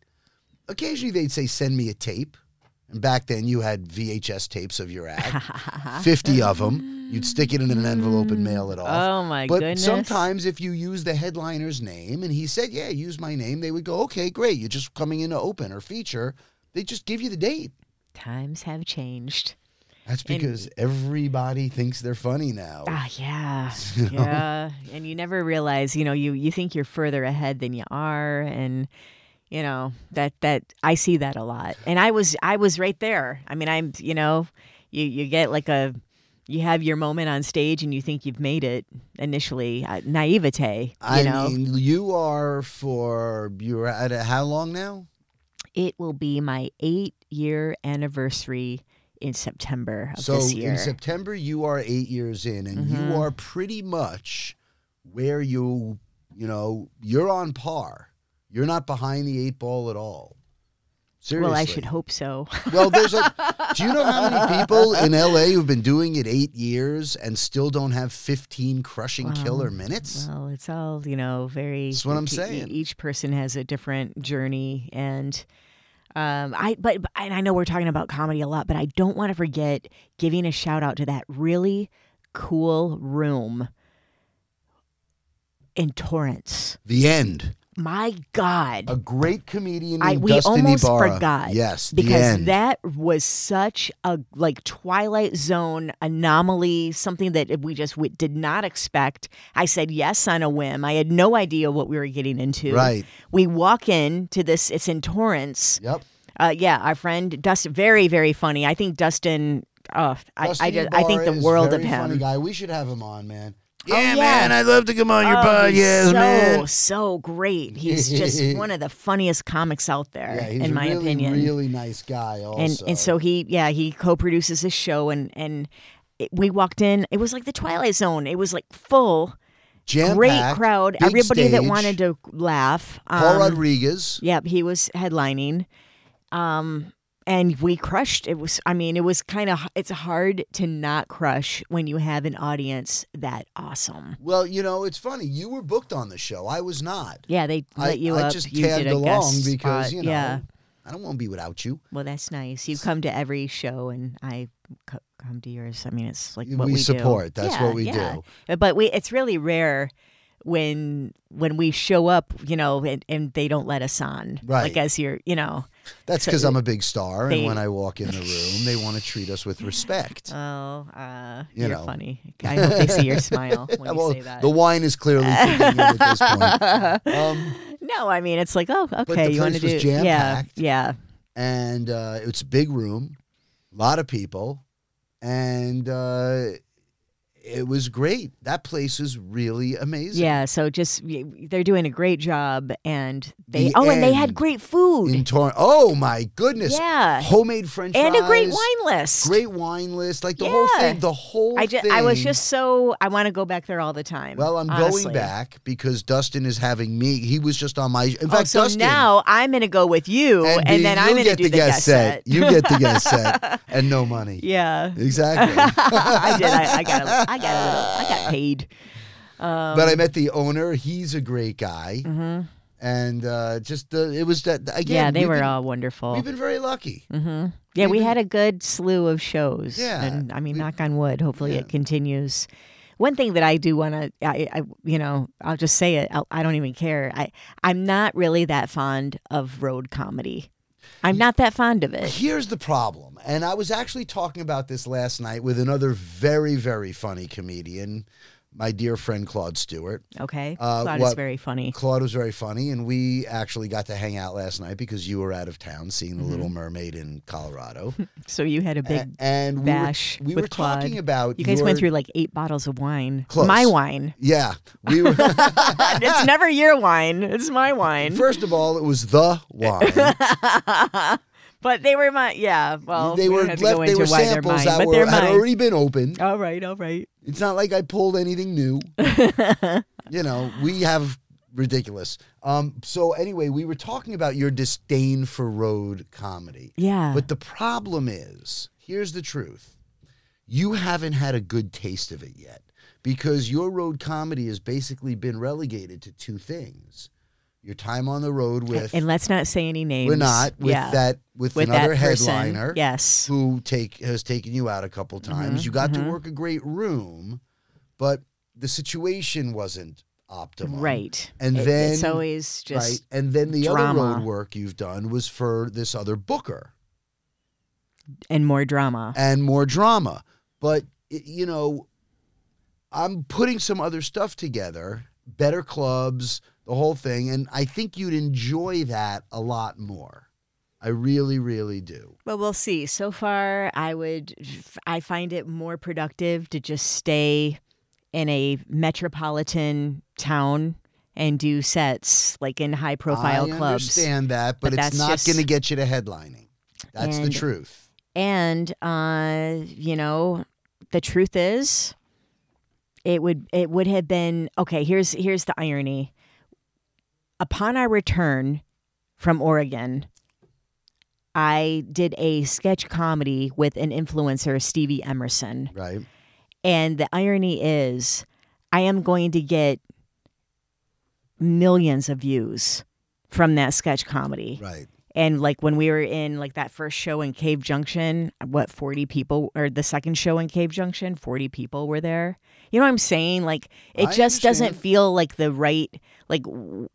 Speaker 2: Occasionally they'd say, Send me a tape. And back then you had VHS tapes of your ad, 50 of them. You'd stick it in an envelope and mail it off.
Speaker 1: Oh my
Speaker 2: but
Speaker 1: goodness.
Speaker 2: sometimes if you use the headliner's name and he said, "Yeah, use my name," they would go, "Okay, great. You're just coming in to open or feature." They just give you the date.
Speaker 1: times have changed.
Speaker 2: That's
Speaker 1: And-
Speaker 2: because everybody thinks they're funny now.
Speaker 1: Ah, yeah,
Speaker 2: You know?
Speaker 1: yeah. And you never realize, you know, you you think you're further ahead than you are, and you know that that I see that a lot. And I was I was right there. I mean, I'm you know, you you get like a you have your moment on stage and you think you've made it initially uh, naivete. You
Speaker 2: I
Speaker 1: know,
Speaker 2: mean, you are for you're at a, how long now?
Speaker 1: it will be my eight year anniversary in September of
Speaker 2: so
Speaker 1: this year.
Speaker 2: in September, you are eight years in, and
Speaker 1: Mhm.
Speaker 2: you are pretty much where you you know you're on par. You're not behind the eight ball at all. Seriously.
Speaker 1: well, I should hope so.
Speaker 2: Well, there's a. do you know how many people in LA who've been doing it eight years and still don't have 15 crushing
Speaker 1: Wow.
Speaker 2: killer minutes?
Speaker 1: Well, it's all you know, very.
Speaker 2: That's what I'm
Speaker 1: e- e-
Speaker 2: saying.
Speaker 1: Each person has a different journey, and um, I but but- and I know we're talking about comedy a lot, but I don't want to forget giving a shout out to that really cool room in Torrance.
Speaker 2: The end.
Speaker 1: My God,
Speaker 2: A great comedian
Speaker 1: I-
Speaker 2: named
Speaker 1: we
Speaker 2: Mm, Dustin
Speaker 1: almost
Speaker 2: Ibarra.
Speaker 1: forgot
Speaker 2: Yes, the
Speaker 1: because
Speaker 2: end.
Speaker 1: that was such a like twilight zone anomaly something that we just we did not expect i said yes on a whim i had no idea what we were getting into
Speaker 2: Right.
Speaker 1: we walk in to this it's in torrance
Speaker 2: Yep.
Speaker 1: uh, yeah our friend dustin very very funny i think dustin uh, I, I,
Speaker 2: Dustin
Speaker 1: just, I think
Speaker 2: Ibarra
Speaker 1: the
Speaker 2: is a
Speaker 1: world of
Speaker 2: very Funny
Speaker 1: him
Speaker 2: guy. We should have him on, man.
Speaker 1: Oh, yeah. man,
Speaker 2: I'd love to come on
Speaker 1: Oh, he's so so great. He's just one of the funniest comics out there,
Speaker 2: Yeah, he's
Speaker 1: in my
Speaker 2: a really,
Speaker 1: opinion.
Speaker 2: really nice guy. Also,
Speaker 1: and and so he yeah he co-produces this show and and it, we walked in it was like the twilight zone it was like full
Speaker 2: Jam-packed,
Speaker 1: great crowd
Speaker 2: big
Speaker 1: everybody that
Speaker 2: stage.
Speaker 1: wanted to laugh
Speaker 2: Paul
Speaker 1: um,
Speaker 2: Rodriguez.
Speaker 1: yeah he was headlining um and we crushed it was i mean it was kind of it's hard to not crush when you have an audience that awesome
Speaker 2: Well, you know, it's funny. You were booked on the show. I was not.
Speaker 1: yeah they
Speaker 2: I-
Speaker 1: let you
Speaker 2: I
Speaker 1: up
Speaker 2: just
Speaker 1: you did
Speaker 2: tagged
Speaker 1: a
Speaker 2: along
Speaker 1: guest
Speaker 2: because
Speaker 1: spot.
Speaker 2: you know
Speaker 1: yeah
Speaker 2: I don't want to be without you.
Speaker 1: well that's nice you come to every show and i co- come to yours i mean it's like what
Speaker 2: we,
Speaker 1: we, do.
Speaker 2: support. That's
Speaker 1: Yeah,
Speaker 2: what we
Speaker 1: yeah.
Speaker 2: do.
Speaker 1: Uh, but we it's really rare when when we show up you know and, and they don't let us on
Speaker 2: Right.
Speaker 1: like as you're you know
Speaker 2: That's
Speaker 1: So
Speaker 2: because I'm a big star,
Speaker 1: they-
Speaker 2: and when I walk in the room, they want to treat us with respect.
Speaker 1: oh uh
Speaker 2: You
Speaker 1: you are
Speaker 2: know.
Speaker 1: funny i hope they see your smile Oh, when
Speaker 2: Well,
Speaker 1: you say that
Speaker 2: the wine is clearly kicking in at this point. Um,
Speaker 1: no i mean it's like oh okay
Speaker 2: the
Speaker 1: you want to
Speaker 2: place was
Speaker 1: do yeah
Speaker 2: jam-packed.
Speaker 1: yeah
Speaker 2: and uh, it's a big room, a lot of people, and uh, it was great. That place is really amazing.
Speaker 1: yeah so just y- they're doing a great job and they
Speaker 2: The
Speaker 1: oh and they had
Speaker 2: end
Speaker 1: great food
Speaker 2: In Tor- oh my goodness!
Speaker 1: yeah
Speaker 2: Homemade French
Speaker 1: and a great
Speaker 2: fries,
Speaker 1: wine list
Speaker 2: great wine list, like the whole
Speaker 1: Yeah.
Speaker 2: thing. The whole
Speaker 1: I, just,
Speaker 2: thing.
Speaker 1: I was just so i want to go back there all the time
Speaker 2: Well, I'm
Speaker 1: honestly.
Speaker 2: going back because Dustin is having me. He was just on my. In
Speaker 1: Oh,
Speaker 2: fact,
Speaker 1: so
Speaker 2: Dustin.
Speaker 1: now I'm going to go with you, and,
Speaker 2: being-
Speaker 1: then
Speaker 2: you
Speaker 1: I'm going to
Speaker 2: get
Speaker 1: do
Speaker 2: the guest, set. You get the guest set and no money.
Speaker 1: yeah,
Speaker 2: Exactly.
Speaker 1: I did. I, I got. A, I got. A little, I got paid. Um,
Speaker 2: but I met the owner. He's a great guy,
Speaker 1: mhm.
Speaker 2: and uh, just uh, it was that again.
Speaker 1: yeah, they
Speaker 2: we've
Speaker 1: were
Speaker 2: been-
Speaker 1: all wonderful.
Speaker 2: We've been very lucky.
Speaker 1: hmm Yeah,
Speaker 2: we've
Speaker 1: we
Speaker 2: been-
Speaker 1: had a good slew of shows.
Speaker 2: Yeah,
Speaker 1: and I mean,
Speaker 2: we-
Speaker 1: knock on wood. Hopefully,
Speaker 2: yeah.
Speaker 1: it continues. One thing that I do want to, I, I, you know, I'll just say it. I'll, I don't even care. I, I'm not really that fond of road comedy. I'm not that fond of it.
Speaker 2: Here's the problem, and I was actually talking about this last night with another very very funny comedian, my dear friend Claude Stewart.
Speaker 1: Okay,
Speaker 2: Uh,
Speaker 1: Claude is
Speaker 2: what-
Speaker 1: very funny.
Speaker 2: Claude was very funny, and we actually got to hang out last night because you were out of town seeing The Little Mermaid in Colorado.
Speaker 1: So you had a Mm-hmm. big
Speaker 2: A- and
Speaker 1: bash
Speaker 2: we were, we
Speaker 1: with
Speaker 2: were
Speaker 1: Claude.
Speaker 2: talking about
Speaker 1: You guys
Speaker 2: your-
Speaker 1: went through like eight bottles of wine.
Speaker 2: Close.
Speaker 1: My wine.
Speaker 2: Yeah, we were.
Speaker 1: it's never your wine. It's my wine.
Speaker 2: First of all, it was the wine.
Speaker 1: but they were my yeah. Well,
Speaker 2: they
Speaker 1: we
Speaker 2: were
Speaker 1: don't have to go
Speaker 2: left. They
Speaker 1: into
Speaker 2: were
Speaker 1: why they're
Speaker 2: samples
Speaker 1: mine,
Speaker 2: that
Speaker 1: but
Speaker 2: were
Speaker 1: they're
Speaker 2: had
Speaker 1: mine.
Speaker 2: already been opened.
Speaker 1: all right, all right.
Speaker 2: It's not like I pulled anything new. you know, we have ridiculous. Um, so anyway, we were talking about your disdain for road comedy,
Speaker 1: Yeah.
Speaker 2: but the problem is, here's the truth: you haven't had a good taste of it yet because your road comedy has basically been relegated to two things: your time on the road with
Speaker 1: and let's not say any names.
Speaker 2: we're not with
Speaker 1: yeah.
Speaker 2: that with,
Speaker 1: with
Speaker 2: another
Speaker 1: that person.
Speaker 2: headliner
Speaker 1: Yes.
Speaker 2: who take has taken you out a couple times.
Speaker 1: Mhm,
Speaker 2: you got
Speaker 1: mhm.
Speaker 2: to work a great room, but the situation wasn't optimal.
Speaker 1: Right.
Speaker 2: And
Speaker 1: It-
Speaker 2: then
Speaker 1: it's always just
Speaker 2: right, and then the
Speaker 1: drama.
Speaker 2: other road work you've done was for this other booker
Speaker 1: and more drama.
Speaker 2: and more drama. But y- you know, I'm putting some other stuff together, better clubs, the whole thing, and I think you'd enjoy that a lot more. I really, really do.
Speaker 1: But we'll see. So far, I would, I find it more productive to just stay in a metropolitan town and do sets like in high profile
Speaker 2: I
Speaker 1: clubs.
Speaker 2: understand that, but,
Speaker 1: But
Speaker 2: it's
Speaker 1: that's
Speaker 2: not
Speaker 1: just-
Speaker 2: going to get you to headlining. That's the
Speaker 1: And-
Speaker 2: truth.
Speaker 1: And, uh, you know, the truth is, it would it would have been okay here's here's the irony upon our return from oregon i did a sketch comedy with an influencer stevie emerson
Speaker 2: Right.
Speaker 1: And the irony is, I am going to get millions of views from that sketch comedy.
Speaker 2: Right.
Speaker 1: And like when we were in like that first show in Cave Junction, what 40 people or the second show in Cave Junction, 40 people were there. You know what I'm saying? Like it
Speaker 2: I
Speaker 1: just doesn't
Speaker 2: understand.
Speaker 1: feel like the right like w-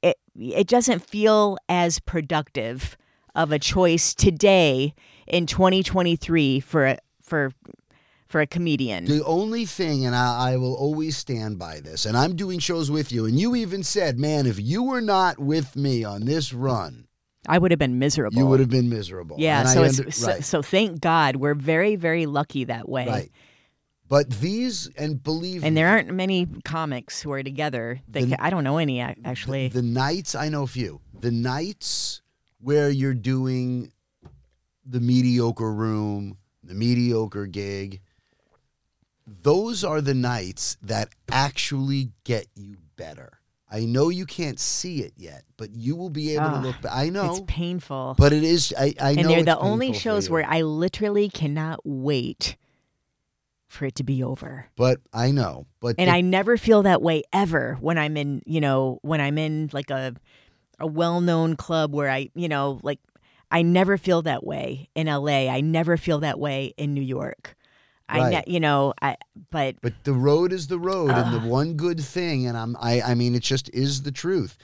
Speaker 1: it it doesn't feel as productive of a choice today in 2023 for a, for for a comedian.
Speaker 2: The only thing, and I, I will always stand by this, and I'm doing shows with you, and you even said, man, if you were not with me on this run,
Speaker 1: I would have been miserable.
Speaker 2: you would have been miserable.
Speaker 1: Yeah,
Speaker 2: Oh, And I
Speaker 1: so it's
Speaker 2: under-
Speaker 1: so,
Speaker 2: right,
Speaker 1: so thank God we're very very lucky that way.
Speaker 2: right. But these, and believe
Speaker 1: And
Speaker 2: me,
Speaker 1: there aren't many comics who are together. That
Speaker 2: The-
Speaker 1: ca- I don't know any ac-
Speaker 2: th-
Speaker 1: actually.
Speaker 2: the nights I know a few, the nights where you're doing the mediocre room, the mediocre gig, those are the nights that actually get you better. I know you can't see it yet, but you will be able to
Speaker 1: Ugh,
Speaker 2: look back. I know,
Speaker 1: Ah, it's painful.
Speaker 2: but it is. I, I know.
Speaker 1: and they're
Speaker 2: it's
Speaker 1: the only
Speaker 2: painful for
Speaker 1: shows
Speaker 2: you.
Speaker 1: where I literally cannot wait for it to be over.
Speaker 2: But I know. But
Speaker 1: And
Speaker 2: the-
Speaker 1: I never feel that way ever when I'm in, you know, when I'm in like a a well-known club where I, you know, like I never feel that way in LA. I never feel that way in New York. I ne-
Speaker 2: Right.
Speaker 1: you know, I but
Speaker 2: But the road is the road, and
Speaker 1: Ah.
Speaker 2: the one good thing, and I'm, I, I mean, it just is the truth.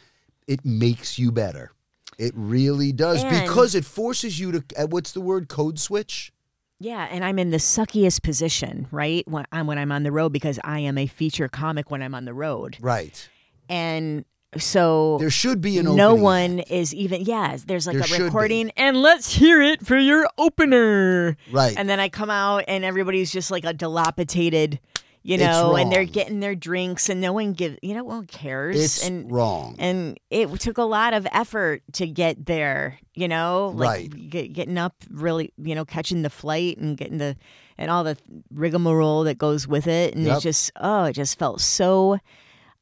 Speaker 2: It makes you better. It really does
Speaker 1: And-
Speaker 2: because it forces you to. uh, What's the word? Code switch.
Speaker 1: Yeah, and I'm in the suckiest position, right? When I'm when I'm on the road because I am a feature comic when I'm on the road,
Speaker 2: Right.
Speaker 1: and so
Speaker 2: There should be an
Speaker 1: no
Speaker 2: opening
Speaker 1: one
Speaker 2: act.
Speaker 1: is even. Yeah, there's like
Speaker 2: There should
Speaker 1: a
Speaker 2: be.
Speaker 1: recording, and let's hear it for your opener.
Speaker 2: Right.
Speaker 1: And then I come out, and everybody's just like a dilapidated, you
Speaker 2: It's
Speaker 1: know, and they're
Speaker 2: wrong.
Speaker 1: getting their drinks, and no one gives, you know, no one cares.
Speaker 2: it's
Speaker 1: and
Speaker 2: wrong.
Speaker 1: and it took a lot of effort to get there you know like
Speaker 2: Right.
Speaker 1: get, getting up really you know catching the flight and getting the and all the rigmarole that goes with it and
Speaker 2: Yep.
Speaker 1: it's just oh it just felt so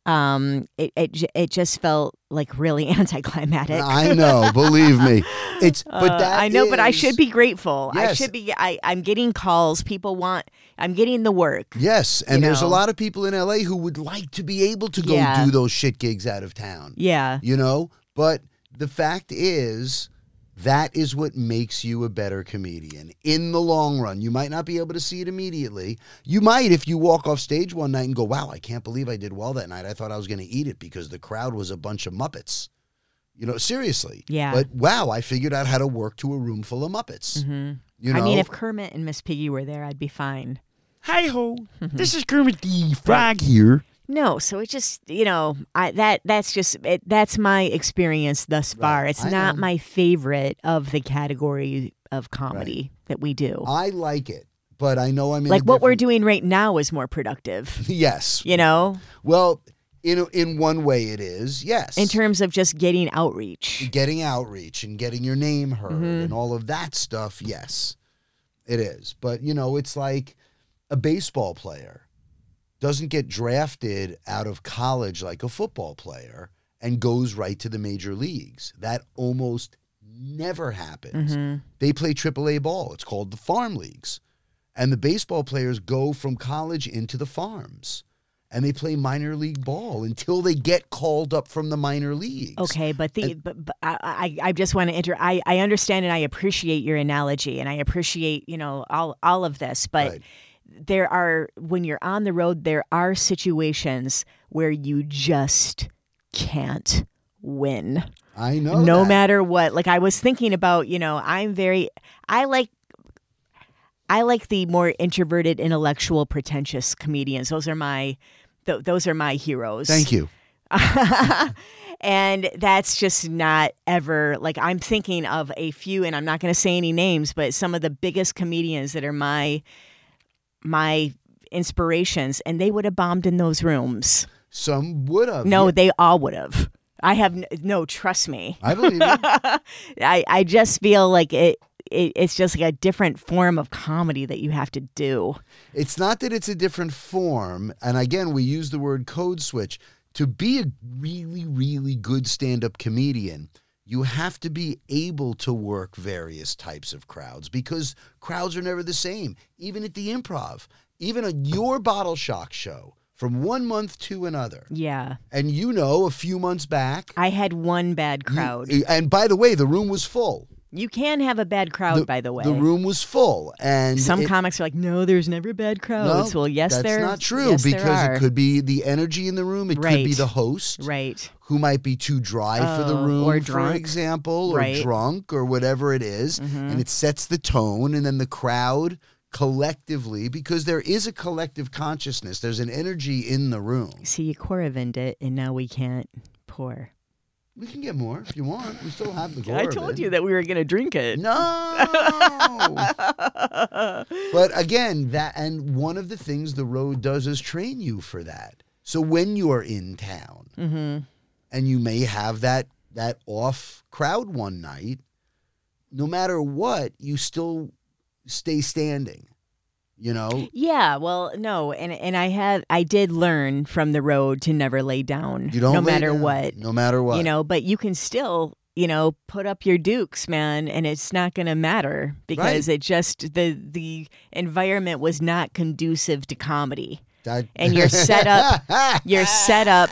Speaker 1: um it, it j- it just felt like really anticlimactic
Speaker 2: I know. believe me. It's
Speaker 1: Uh,
Speaker 2: but that
Speaker 1: I know, but I should
Speaker 2: is-
Speaker 1: be grateful. I
Speaker 2: Yes.
Speaker 1: should be. I, I'm getting calls. People want. I'm getting the work.
Speaker 2: Yes, and there's a
Speaker 1: know.
Speaker 2: lot of people in LA who would like to be able to go
Speaker 1: Yeah.
Speaker 2: do those shit gigs out of town.
Speaker 1: Yeah.
Speaker 2: you know but the fact is that is what makes you a better comedian in the long run you might not be able to see it immediately you might if you walk off stage one night and go wow i can't believe i did well that night i thought i was going to eat it because the crowd was a bunch of muppets you know seriously
Speaker 1: Yeah.
Speaker 2: but wow i figured out how to work to a room full of muppets you know
Speaker 1: Mm-hmm. I mean, if Kermit and Miss Piggy were there, I'd be fine.
Speaker 3: Hi ho, this is Kermit the Frog here.
Speaker 1: No, so it just you know I that that's just it, that's my experience thus far. It's
Speaker 2: I
Speaker 1: not
Speaker 2: know.
Speaker 1: my favorite of the category of comedy that we do.
Speaker 2: i like it but i know i'm in a
Speaker 1: like what we're
Speaker 2: different-
Speaker 1: doing right now is more productive,
Speaker 2: yes
Speaker 1: you know,
Speaker 2: well in, in one way it is yes
Speaker 1: in terms of just getting outreach.
Speaker 2: getting outreach and getting your name heard
Speaker 1: Mm-hmm.
Speaker 2: and all of that stuff, yes, it is. But you know, it's like a baseball player doesn't get drafted out of college like a football player and goes right to the major leagues. That almost never happens.
Speaker 1: Mm-hmm.
Speaker 2: They play AAA ball. It's called the farm leagues. And the baseball players go from college into the farms. and they play minor league ball until they get called up from the minor leagues.
Speaker 1: Okay, but the but, but I I I just want to enter. I I understand and I appreciate your analogy and I appreciate you know all all of this, but.
Speaker 2: Right.
Speaker 1: There are when you're on the road, there are situations where you just can't win.
Speaker 2: I know.
Speaker 1: no
Speaker 2: that.
Speaker 1: matter what. Like I was thinking about, you know, I'm very I like I like the more introverted, intellectual, pretentious comedians. Those are my th- those are my heroes.
Speaker 2: Thank you.
Speaker 1: and that's just not ever like I'm thinking of a few and I'm not going to say any names, but some of the biggest comedians that are my my inspirations and they would have bombed in those rooms.
Speaker 2: Some would have.
Speaker 1: No,
Speaker 2: Yeah,
Speaker 1: they all would have. I have n- no trust me.
Speaker 2: I believe you.
Speaker 1: I, I just feel like it, it it's just like a different form of comedy that you have to do.
Speaker 2: It's not that it's a different form, and again, we use the word code switch. To be a really, really good stand up comedian, you have to be able to work various types of crowds because crowds are never the same, even at the improv, even at your bottle shock show from one month to another.
Speaker 1: Yeah.
Speaker 2: And you know, a few months back,
Speaker 1: I had one bad crowd. You,
Speaker 2: and by the way, the room was full.
Speaker 1: can have a bad crowd, by the way.
Speaker 2: The room was full, and
Speaker 1: Some
Speaker 2: it-
Speaker 1: comics are like, no, there's never bad crowds. well, yes,
Speaker 2: that's
Speaker 1: there.
Speaker 2: not true
Speaker 1: yes, there
Speaker 2: because
Speaker 1: are.
Speaker 2: it could be the energy in the room. It could be
Speaker 1: Right.
Speaker 2: the host
Speaker 1: Right.
Speaker 2: who might be too dry for the
Speaker 1: Oh,
Speaker 2: room,
Speaker 1: or
Speaker 2: for
Speaker 1: drunk.
Speaker 2: example, or
Speaker 1: Right. Mm-hmm.
Speaker 2: drunk or whatever it is, and it sets the tone, and then the crowd collectively because there is a collective consciousness. There's an energy in the room.
Speaker 1: See, you Coravined it, and now we can't pour.
Speaker 2: We can get more if you want. We still have the glory.
Speaker 1: I told you that we were going to drink it.
Speaker 2: No. but again, that and one of the things the road does is train you for that. So when you are in town
Speaker 1: Mm-hmm.
Speaker 2: and you may have that that off crowd one night, no matter what, you still stay standing. You know?
Speaker 1: Yeah, well, no, and and I had I did learn from the road to never lay down,
Speaker 2: You don't
Speaker 1: no
Speaker 2: lay
Speaker 1: matter
Speaker 2: down,
Speaker 1: what.
Speaker 2: No matter what.
Speaker 1: you know but you can still you know put up your dukes man and it's not going to matter because it just the the environment was not conducive to comedy
Speaker 2: That-
Speaker 1: and you're set up you're set up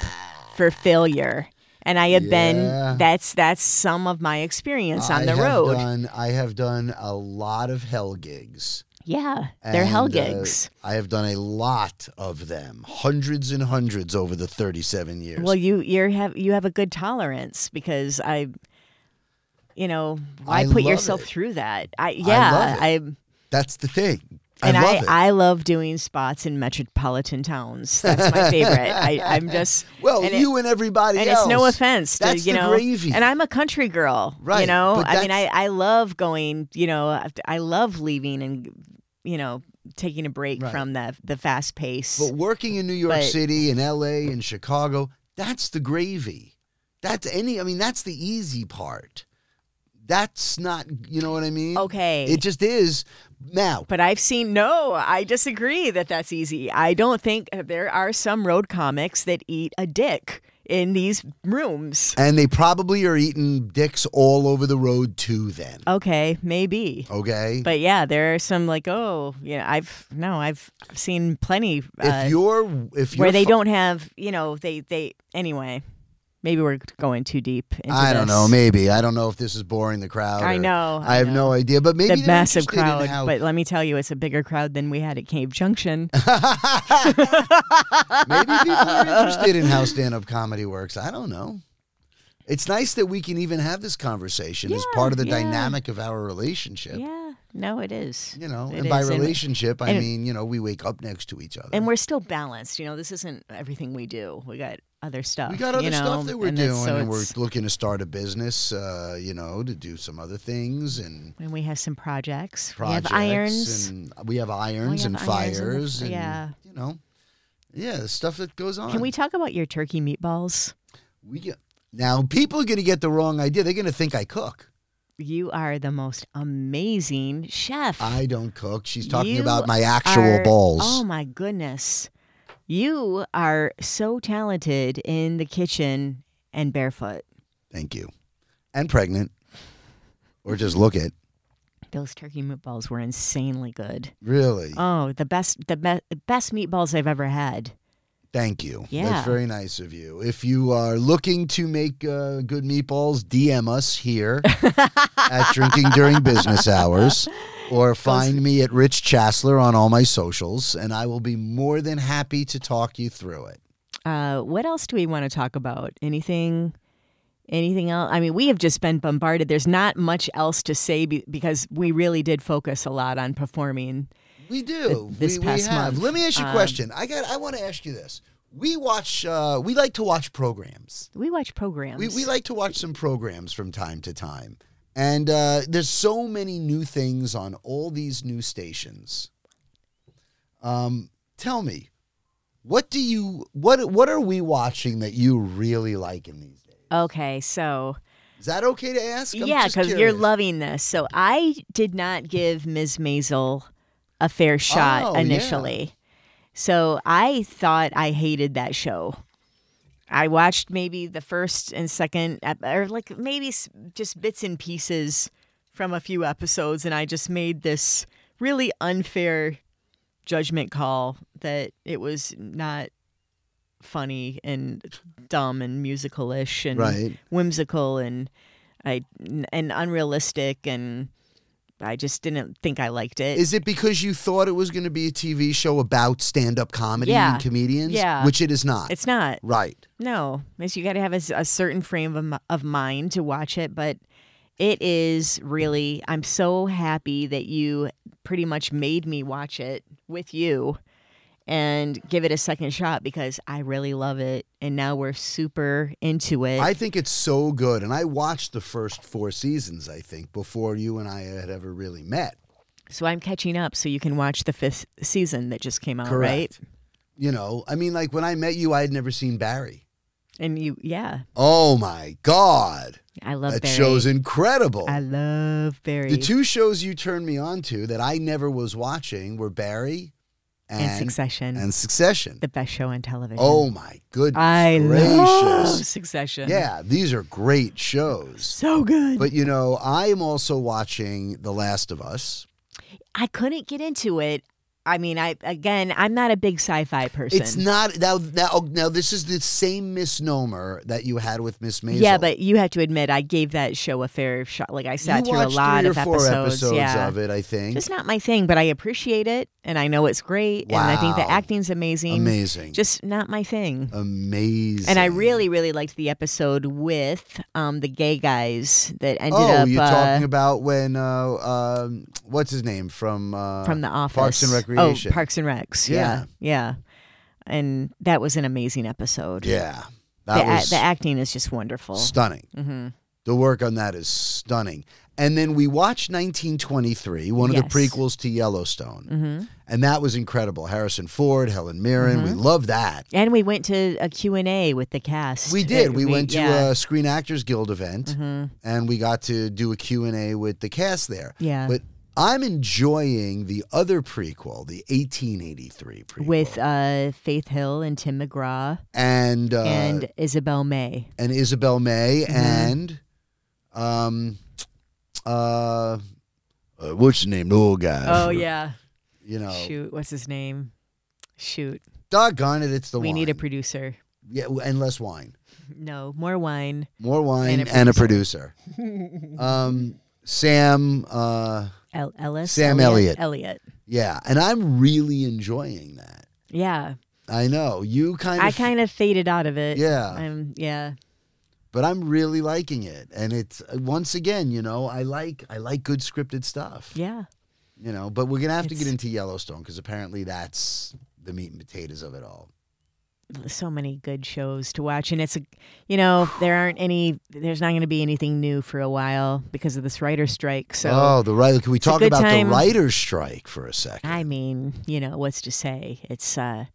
Speaker 1: for failure and i have
Speaker 2: Yeah.
Speaker 1: been that's that's some of my experience on
Speaker 2: I
Speaker 1: the
Speaker 2: have
Speaker 1: road
Speaker 2: done- I have done a lot of hell gigs.
Speaker 1: yeah they're hell
Speaker 2: And, uh,
Speaker 1: gigs
Speaker 2: I have done a lot of them, hundreds and hundreds over the 37 years.
Speaker 1: well you you have you have a good tolerance because i you know why
Speaker 2: I
Speaker 1: put
Speaker 2: love
Speaker 1: yourself
Speaker 2: it.
Speaker 1: through that i yeah
Speaker 2: love it.
Speaker 1: i
Speaker 2: That's the thing.
Speaker 1: and
Speaker 2: I love it.
Speaker 1: I, love doing spots in metropolitan towns. That's my favorite. I, I'm just
Speaker 2: well,
Speaker 1: and it-
Speaker 2: you and everybody
Speaker 1: and
Speaker 2: else.
Speaker 1: it's no offense to
Speaker 2: That's
Speaker 1: you
Speaker 2: the
Speaker 1: know.
Speaker 2: gravy.
Speaker 1: And I'm a country girl, You
Speaker 2: Right,
Speaker 1: know,
Speaker 2: but
Speaker 1: I mean, I
Speaker 2: that's-
Speaker 1: I love going. You know, I- I love leaving and you know taking a break
Speaker 2: Right.
Speaker 1: from the the fast pace.
Speaker 2: But working in New York
Speaker 1: But-
Speaker 2: City and L.A. and Chicago, that's the gravy. That's any. I mean, that's the easy part. That's not. You know what I mean?
Speaker 1: okay.
Speaker 2: It just is. Now,
Speaker 1: but I've seen no. I disagree that that's easy. I don't think uh, there are some road comics that eat a dick in these rooms.
Speaker 2: and they probably are eating dicks all over the road too. Then,
Speaker 1: Okay, maybe.
Speaker 2: okay.
Speaker 1: But yeah, there are some like oh you know I've no I've seen plenty uh,
Speaker 2: if you're, if you're
Speaker 1: where they
Speaker 2: fu-
Speaker 1: don't have you know they they anyway. Maybe we're going too deep. Into
Speaker 2: I don't
Speaker 1: this.
Speaker 2: know. Maybe I don't know if this is boring the crowd.
Speaker 1: I
Speaker 2: or-
Speaker 1: know,
Speaker 2: I,
Speaker 1: I
Speaker 2: have no idea. But maybe
Speaker 1: the
Speaker 2: they're
Speaker 1: massive
Speaker 2: interested in
Speaker 1: crowd,
Speaker 2: how-
Speaker 1: but let me tell you, it's a bigger crowd than we had at Cave Junction.
Speaker 2: maybe people are interested in how stand-up comedy works. I don't know. It's nice that we can even have this conversation as
Speaker 1: Yeah,
Speaker 2: part of the
Speaker 1: yeah.
Speaker 2: dynamic of our relationship.
Speaker 1: yeah, no, it is.
Speaker 2: You know,
Speaker 1: It
Speaker 2: and by
Speaker 1: is, and-
Speaker 2: relationship, I
Speaker 1: and-
Speaker 2: mean you know we wake up next to each other.
Speaker 1: And we're still balanced. You know, this isn't everything we do. We got other stuff.
Speaker 2: we got other
Speaker 1: you know,
Speaker 2: stuff that we're
Speaker 1: and it's-
Speaker 2: doing,
Speaker 1: so
Speaker 2: and we're
Speaker 1: it's-
Speaker 2: looking to start a business. Uh, you know, to do some other things and
Speaker 1: and we have some projects.
Speaker 2: projects.
Speaker 1: we have irons.
Speaker 2: and we have irons and
Speaker 1: have irons and the-
Speaker 2: fires, and,
Speaker 1: yeah.
Speaker 2: you know, yeah, the stuff that goes on.
Speaker 1: Can we talk about your turkey meatballs?
Speaker 2: We get now. People are going to get the wrong idea. They're going to think I cook.
Speaker 1: You are the most amazing chef.
Speaker 2: I don't cook. She's talking
Speaker 1: You
Speaker 2: about my actual
Speaker 1: are-
Speaker 2: balls.
Speaker 1: Oh my goodness. You are so talented in the kitchen and barefoot.
Speaker 2: Thank you. And pregnant, or just look it.
Speaker 1: Those turkey meatballs were insanely good.
Speaker 2: Really,
Speaker 1: Oh, the best the be- best meatballs I've ever had.
Speaker 2: Thank you.
Speaker 1: Yeah.
Speaker 2: That's very nice of you. If you are looking to make uh, good meatballs, DM us here at Drinking During Business Hours or find me at Rich Chasler on all my socials, and I will be more than happy to talk you through it.
Speaker 1: Uh, what else do we want to talk about? Anything? Anything else? I mean, we have just been bombarded. There's not much else to say be- because we really did focus a lot on performing.
Speaker 2: We do.
Speaker 1: Th- this
Speaker 2: we, we
Speaker 1: past
Speaker 2: have.
Speaker 1: month.
Speaker 2: Let me ask you a
Speaker 1: Um,
Speaker 2: question. I got. I want to ask you this. We watch. Uh, we like to watch programs.
Speaker 1: We watch programs.
Speaker 2: We, we like to watch some programs from time to time, and uh, there's so many new things on all these new stations. Um, tell me, what do you what what are we watching that you really like in these days?
Speaker 1: okay, so
Speaker 2: Is that okay to ask? I'm
Speaker 1: yeah,
Speaker 2: just
Speaker 1: because you're
Speaker 2: curious.
Speaker 1: loving this. So I did not give Ms. Maisel a fair shot
Speaker 2: Oh, yeah.
Speaker 1: initially. So I thought I hated that show. I watched maybe the first and second, ep- or like maybe s- just bits and pieces from a few episodes, and I just made this really unfair judgment call that it was not funny and dumb and musical ish and
Speaker 2: Right.
Speaker 1: whimsical and I and unrealistic and I just didn't think I liked it.
Speaker 2: Is it because you thought it was going to be a TV show about stand up comedy
Speaker 1: Yeah.
Speaker 2: and comedians?
Speaker 1: Yeah.
Speaker 2: Which it is not.
Speaker 1: it's not.
Speaker 2: right.
Speaker 1: No, it's, you got to have a, s- a certain frame of, m- of mind to watch it, but it is really. I'm so happy that you pretty much made me watch it with you and give it a second shot because I really love it, and now we're super into it.
Speaker 2: I think it's so good. And I watched the first four seasons, I think, before you and I had ever really met.
Speaker 1: so I'm catching up, so you can watch the fifth season that just came out, right?
Speaker 2: You know, I mean, like when I met you, I had never seen Barry.
Speaker 1: And you, yeah,
Speaker 2: Oh my God.
Speaker 1: I love
Speaker 2: that
Speaker 1: Barry.
Speaker 2: show's incredible.
Speaker 1: I love Barry.
Speaker 2: the two shows you turned me on to that I never was watching were Barry and,
Speaker 1: and Succession,
Speaker 2: and Succession.
Speaker 1: the best show on television.
Speaker 2: Oh my goodness
Speaker 1: I
Speaker 2: gracious.
Speaker 1: love Succession.
Speaker 2: Yeah, these are great shows.
Speaker 1: So good.
Speaker 2: But you know, I am also watching The Last of Us.
Speaker 1: I couldn't get into it. I mean, I again, I'm not a big sci-fi person.
Speaker 2: It's not now, now. oh, Now this is the same misnomer that you had with Miss Maisel.
Speaker 1: yeah, but you have to admit, I gave that show a fair shot. Like I
Speaker 2: you
Speaker 1: sat through a
Speaker 2: watched
Speaker 1: lot
Speaker 2: three or
Speaker 1: of
Speaker 2: four
Speaker 1: episodes. yeah,
Speaker 2: of it. I think
Speaker 1: just not my thing. But I appreciate it, and I know it's great, and I think the
Speaker 2: Wow.
Speaker 1: acting's amazing.
Speaker 2: amazing,
Speaker 1: Just not my thing.
Speaker 2: amazing.
Speaker 1: And I really, really liked the episode with um, the gay guys that ended
Speaker 2: Oh,
Speaker 1: up
Speaker 2: you're
Speaker 1: uh,
Speaker 2: talking about when uh, um, what's his name from uh,
Speaker 1: from the office.
Speaker 2: Parks and Recreation.
Speaker 1: Oh, Parks and Recs. Yeah, yeah. And that was an amazing episode.
Speaker 2: Yeah,
Speaker 1: the,
Speaker 2: that
Speaker 1: a-
Speaker 2: was
Speaker 1: the acting is just wonderful.
Speaker 2: stunning.
Speaker 1: hmm
Speaker 2: The work on that is stunning. And then we watched 1923, one of
Speaker 1: Yes.
Speaker 2: the prequels to Yellowstone.
Speaker 1: hmm
Speaker 2: and that was incredible. Harrison Ford, Helen Mirren,
Speaker 1: Mm-hmm.
Speaker 2: we love that.
Speaker 1: And we went to a Q&A with the cast.
Speaker 2: We did.
Speaker 1: that
Speaker 2: We, went to
Speaker 1: yeah. Mm-hmm.
Speaker 2: a Screen Actors Guild event, and we got to do a Q and A with the cast there.
Speaker 1: Yeah.
Speaker 2: but I'm enjoying the other prequel, the 1883 prequel,
Speaker 1: with uh, Faith Hill and Tim McGraw
Speaker 2: and uh,
Speaker 1: and Mm-hmm. Isabel May.
Speaker 2: and Isabel May and um uh, uh what's the name the old guy
Speaker 1: Oh, yeah.
Speaker 2: you know
Speaker 1: Shoot. What's his name? Shoot.
Speaker 2: doggone it it's the
Speaker 1: we need a
Speaker 2: wine.
Speaker 1: producer.
Speaker 2: yeah and less wine
Speaker 1: No, more wine.
Speaker 2: more wine
Speaker 1: And a
Speaker 2: and a producer. um, Sam, uh,
Speaker 1: El- Ellis?
Speaker 2: Sam
Speaker 1: Elliott. Elliott.
Speaker 2: yeah, and I'm really enjoying that.
Speaker 1: Yeah.
Speaker 2: I know you kind of,
Speaker 1: I kind of faded out of it.
Speaker 2: Yeah.
Speaker 1: I'm, yeah.
Speaker 2: but I'm really liking it, and it's once again, you know, I like I like good scripted stuff,
Speaker 1: Yeah.
Speaker 2: you know. But we're gonna have to get
Speaker 1: It's-
Speaker 2: into Yellowstone because apparently that's the meat and potatoes of it all.
Speaker 1: so many good shows to watch and it's a you know there aren't any there's not going to be anything new for a while because of this writer strike so
Speaker 2: oh, the writer! Can we
Speaker 1: a
Speaker 2: talk
Speaker 1: good
Speaker 2: about
Speaker 1: time.
Speaker 2: the writer's strike for a second?
Speaker 1: i mean you know what's to say it's uh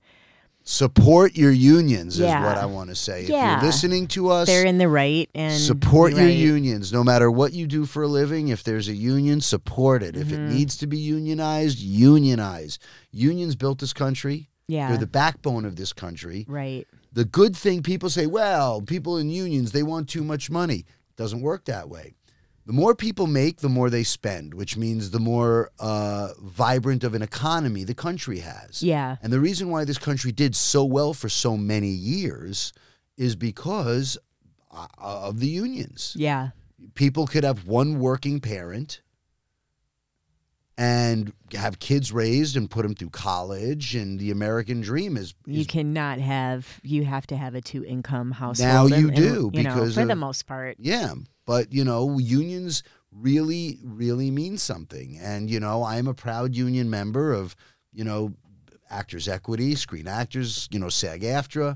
Speaker 2: Support your unions
Speaker 1: Yeah.
Speaker 2: is what I want to say.
Speaker 1: Yeah.
Speaker 2: If you're listening to us,
Speaker 1: they're in the right and
Speaker 2: support
Speaker 1: you're
Speaker 2: your
Speaker 1: right.
Speaker 2: unions no matter what you do for a living if there's a union support it if it
Speaker 1: Mhm.
Speaker 2: needs to be unionized unionize unions built this country
Speaker 1: yeah
Speaker 2: they're the backbone of this country
Speaker 1: right
Speaker 2: the good thing people say well people in unions they want too much money doesn't work that way The more people make, the more they spend, which means the more uh, vibrant of an economy the country has.
Speaker 1: Yeah.
Speaker 2: And the reason why this country did so well for so many years is because uh, of the unions.
Speaker 1: Yeah.
Speaker 2: People could have one working parent and have kids raised and put them through college, and the American dream is,
Speaker 1: You
Speaker 2: is
Speaker 1: cannot have. You have to have a two-income household.
Speaker 2: Now you
Speaker 1: and- and,
Speaker 2: do,
Speaker 1: you know,
Speaker 2: because
Speaker 1: for the
Speaker 2: of-
Speaker 1: most part.
Speaker 2: Yeah, but you know, unions really, really mean something. And you know, I'm a proud union member of, you know, Actors Equity, Screen Actors, you know, SAG-AFTRA,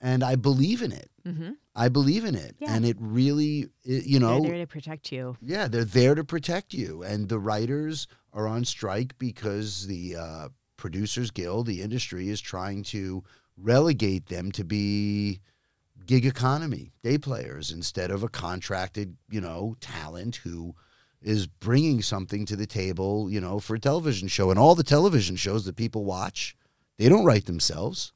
Speaker 2: and I believe in it.
Speaker 1: Mm-hmm.
Speaker 2: I believe in it,
Speaker 1: Yeah.
Speaker 2: and it really, it, you know,
Speaker 1: They're there to protect you.
Speaker 2: yeah, they're there to protect you. And the writers are on strike because the uh, producers guild, the industry, is trying to relegate them to be gig economy day players instead of a contracted, you know, talent who is bringing something to the table, you know, for a television show. And all the television shows that people watch, they don't write themselves.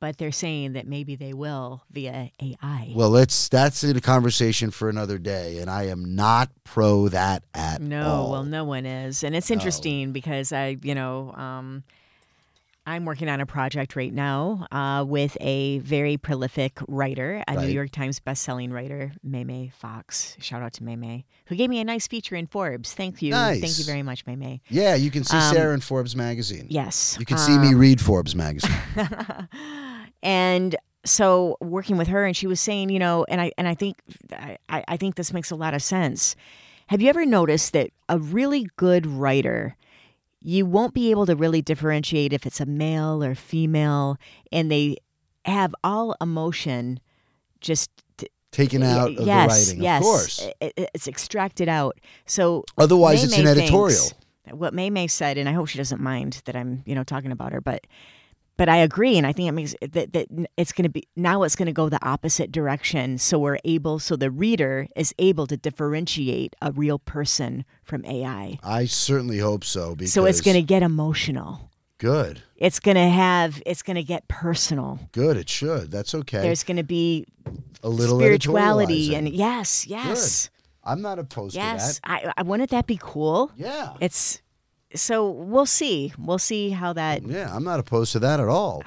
Speaker 1: But they're saying that maybe they will via AI.
Speaker 2: Well, let's that's a conversation for another day, and I am not pro that at
Speaker 1: no,
Speaker 2: all.
Speaker 1: well, no one is, and it's interesting because I, you know, um, I'm working on a project right now uh, with a very prolific writer, a
Speaker 2: Right.
Speaker 1: New York Times best-selling writer, Maymay Fox. Shout out to Maymay, who gave me a nice feature in Forbes. Thank you, thank
Speaker 2: Nice.
Speaker 1: you very much, Maymay.
Speaker 2: Yeah, you can see
Speaker 1: Um,
Speaker 2: Sarah in Forbes magazine.
Speaker 1: Yes,
Speaker 2: You can see me read Forbes magazine.
Speaker 1: and so working with her and she was saying you know and i and i think i i I think this makes a lot of sense have you ever noticed that a really good writer you won't be able to really differentiate if it's a male or female and they have all emotion just
Speaker 2: Taken out of
Speaker 1: yes
Speaker 2: the writing,
Speaker 1: yes
Speaker 2: of course.
Speaker 1: It- it- it's extracted out so
Speaker 2: Otherwise,
Speaker 1: May
Speaker 2: it's
Speaker 1: May
Speaker 2: an editorial.
Speaker 1: thinks- what May May said, and I hope she doesn't mind that I'm, you know, talking about her, but but I agree, and I think it makes that, that it's going to be now it's going to go the opposite direction. So we're able, so the reader is able to differentiate a real person from AI.
Speaker 2: I certainly hope so. Because
Speaker 1: so it's going to get emotional.
Speaker 2: good,
Speaker 1: It's going to have. It's going to get personal.
Speaker 2: good. It should. That's okay.
Speaker 1: There's going to be
Speaker 2: a little
Speaker 1: spirituality,
Speaker 2: editorializing.
Speaker 1: and yes, yes,
Speaker 2: I'm not opposed
Speaker 1: yes.
Speaker 2: to
Speaker 1: I, I wouldn't that be cool?
Speaker 2: that. Yeah,
Speaker 1: It's so we'll see. We'll see how that
Speaker 2: yeah. I'm not opposed to that at
Speaker 1: Uh,
Speaker 2: all.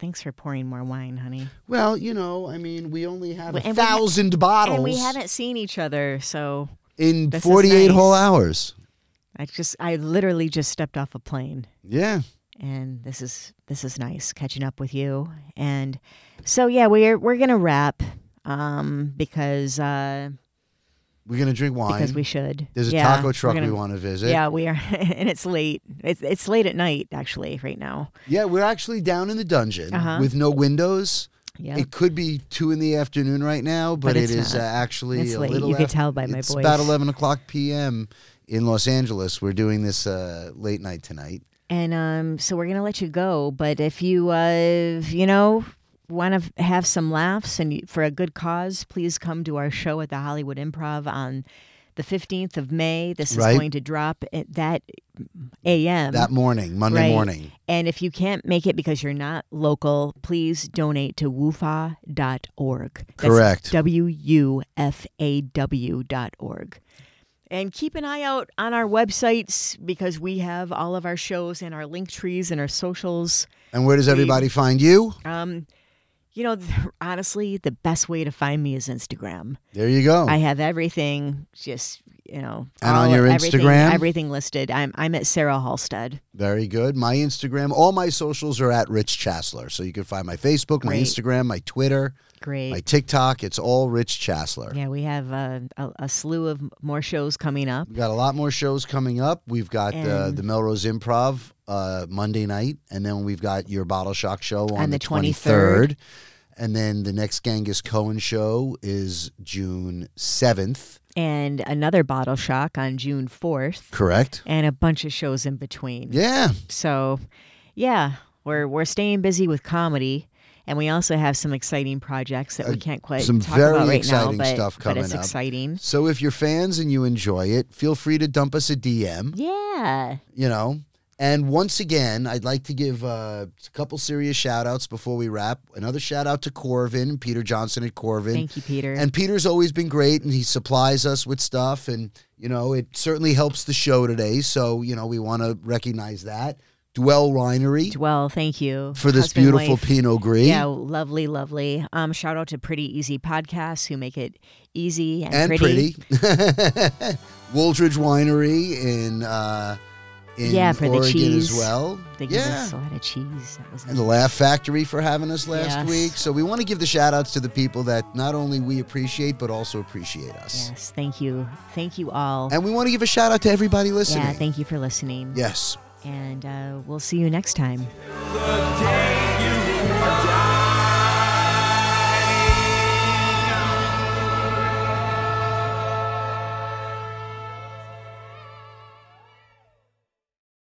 Speaker 1: Thanks for pouring more wine, honey.
Speaker 2: Well, you know, I mean, we only have a
Speaker 1: And we ha-
Speaker 2: thousand bottles
Speaker 1: And we haven't seen each other, so
Speaker 2: in
Speaker 1: This is
Speaker 2: 48
Speaker 1: nice.
Speaker 2: whole hours.
Speaker 1: I just I literally just stepped off a plane
Speaker 2: Yeah.
Speaker 1: and this is this is nice catching up with you. And so yeah, we're we're going to wrap um because uh
Speaker 2: We're gonna drink wine.
Speaker 1: because we should.
Speaker 2: There's a
Speaker 1: Yeah,
Speaker 2: taco
Speaker 1: we're
Speaker 2: truck
Speaker 1: gonna-
Speaker 2: we want to visit.
Speaker 1: Yeah, we are and it's late. It's it's late at night actually right now.
Speaker 2: Yeah, we're actually down in the dungeon
Speaker 1: Uh-huh.
Speaker 2: with no windows.
Speaker 1: Yeah.
Speaker 2: It could be two in the afternoon right now, but,
Speaker 1: But
Speaker 2: it
Speaker 1: it's
Speaker 2: is uh,
Speaker 1: not.
Speaker 2: actually
Speaker 1: It's
Speaker 2: a
Speaker 1: late.
Speaker 2: little.
Speaker 1: You could
Speaker 2: af-
Speaker 1: tell by my
Speaker 2: it's
Speaker 1: voice.
Speaker 2: about eleven o'clock p.m. in Los Angeles. We're doing this uh, late night tonight.
Speaker 1: And um, so we're gonna let you go. But if you, uh, you know, want to have some laughs and you, for a good cause, please come to our show at the Hollywood Improv on the fifteenth of May. This is
Speaker 2: Right.
Speaker 1: going to drop at that a.m.
Speaker 2: that morning, Monday
Speaker 1: Um, right.
Speaker 2: morning.
Speaker 1: and if you can't make it because you're not local, please donate to wufa.org.
Speaker 2: Correct.
Speaker 1: W U F A W dot org. And keep an eye out on our websites because we have all of our shows and our link trees and our socials.
Speaker 2: And where does everybody find you?
Speaker 1: Um, you know, honestly, the best way to find me is Instagram.
Speaker 2: There you go.
Speaker 1: I have everything, just you know,
Speaker 2: Oh. And
Speaker 1: all-
Speaker 2: on your
Speaker 1: everything-
Speaker 2: Instagram?
Speaker 1: everything listed. I'm I'm at Sarah Halstead.
Speaker 2: Very good. My Instagram, all my socials are at Rich Chasler. So you can find my Facebook, my
Speaker 1: Great.
Speaker 2: Instagram, my Twitter,
Speaker 1: Great.
Speaker 2: my TikTok. It's all Rich Chasler.
Speaker 1: Yeah, we have uh, a, a slew of more shows coming up.
Speaker 2: We've got a lot more shows coming up. We've got uh,
Speaker 1: And-
Speaker 2: the Melrose Improv uh, Monday night, and then we've got your Bottle Shock show on,
Speaker 1: On
Speaker 2: the
Speaker 1: the
Speaker 2: 23rd. And then the next Genghis Cohen show is June 7th.
Speaker 1: And another Bottle Shock on June 4th.
Speaker 2: Correct.
Speaker 1: And a bunch of shows in between.
Speaker 2: Yeah.
Speaker 1: So, yeah, we're we're staying busy with comedy, and we also have some exciting projects that we can't quite
Speaker 2: Uh, some
Speaker 1: talk
Speaker 2: very
Speaker 1: about right
Speaker 2: exciting
Speaker 1: now. But,
Speaker 2: stuff
Speaker 1: but
Speaker 2: coming
Speaker 1: it's
Speaker 2: up.
Speaker 1: exciting.
Speaker 2: So if you're fans and you enjoy it, feel free to dump us a DM.
Speaker 1: Yeah,
Speaker 2: You know, And once again, I'd like to give uh, a couple serious shout outs before we wrap. Another shout out to Corvin, Peter Johnson at Corvin.
Speaker 1: Thank you, Peter.
Speaker 2: And Peter's always been great, and he supplies us with stuff, and you know it certainly helps the show today. So you know we want to recognize that. Dwell Winery
Speaker 1: well, thank you
Speaker 2: for this
Speaker 1: husband,
Speaker 2: beautiful
Speaker 1: wife.
Speaker 2: Pinot Gris,
Speaker 1: Yeah, lovely, lovely. Um, shout out to Pretty Easy Podcasts who make it easy and,
Speaker 2: and pretty.
Speaker 1: pretty.
Speaker 2: Wooldridge Winery in uh, in
Speaker 1: Yeah, for the
Speaker 2: Oregon
Speaker 1: cheese.
Speaker 2: as well.
Speaker 1: They give
Speaker 2: yeah,
Speaker 1: us a lot of cheese. That was
Speaker 2: and the Laugh Factory for having us last
Speaker 1: Yes.
Speaker 2: week. So we want to give the shout outs to the people that not only we appreciate but also appreciate us.
Speaker 1: yes. Thank you, thank you all.
Speaker 2: And we want to give a shout out to everybody listening.
Speaker 1: Yeah, thank you for listening.
Speaker 2: yes.
Speaker 1: And uh, we'll see you next time.
Speaker 4: The day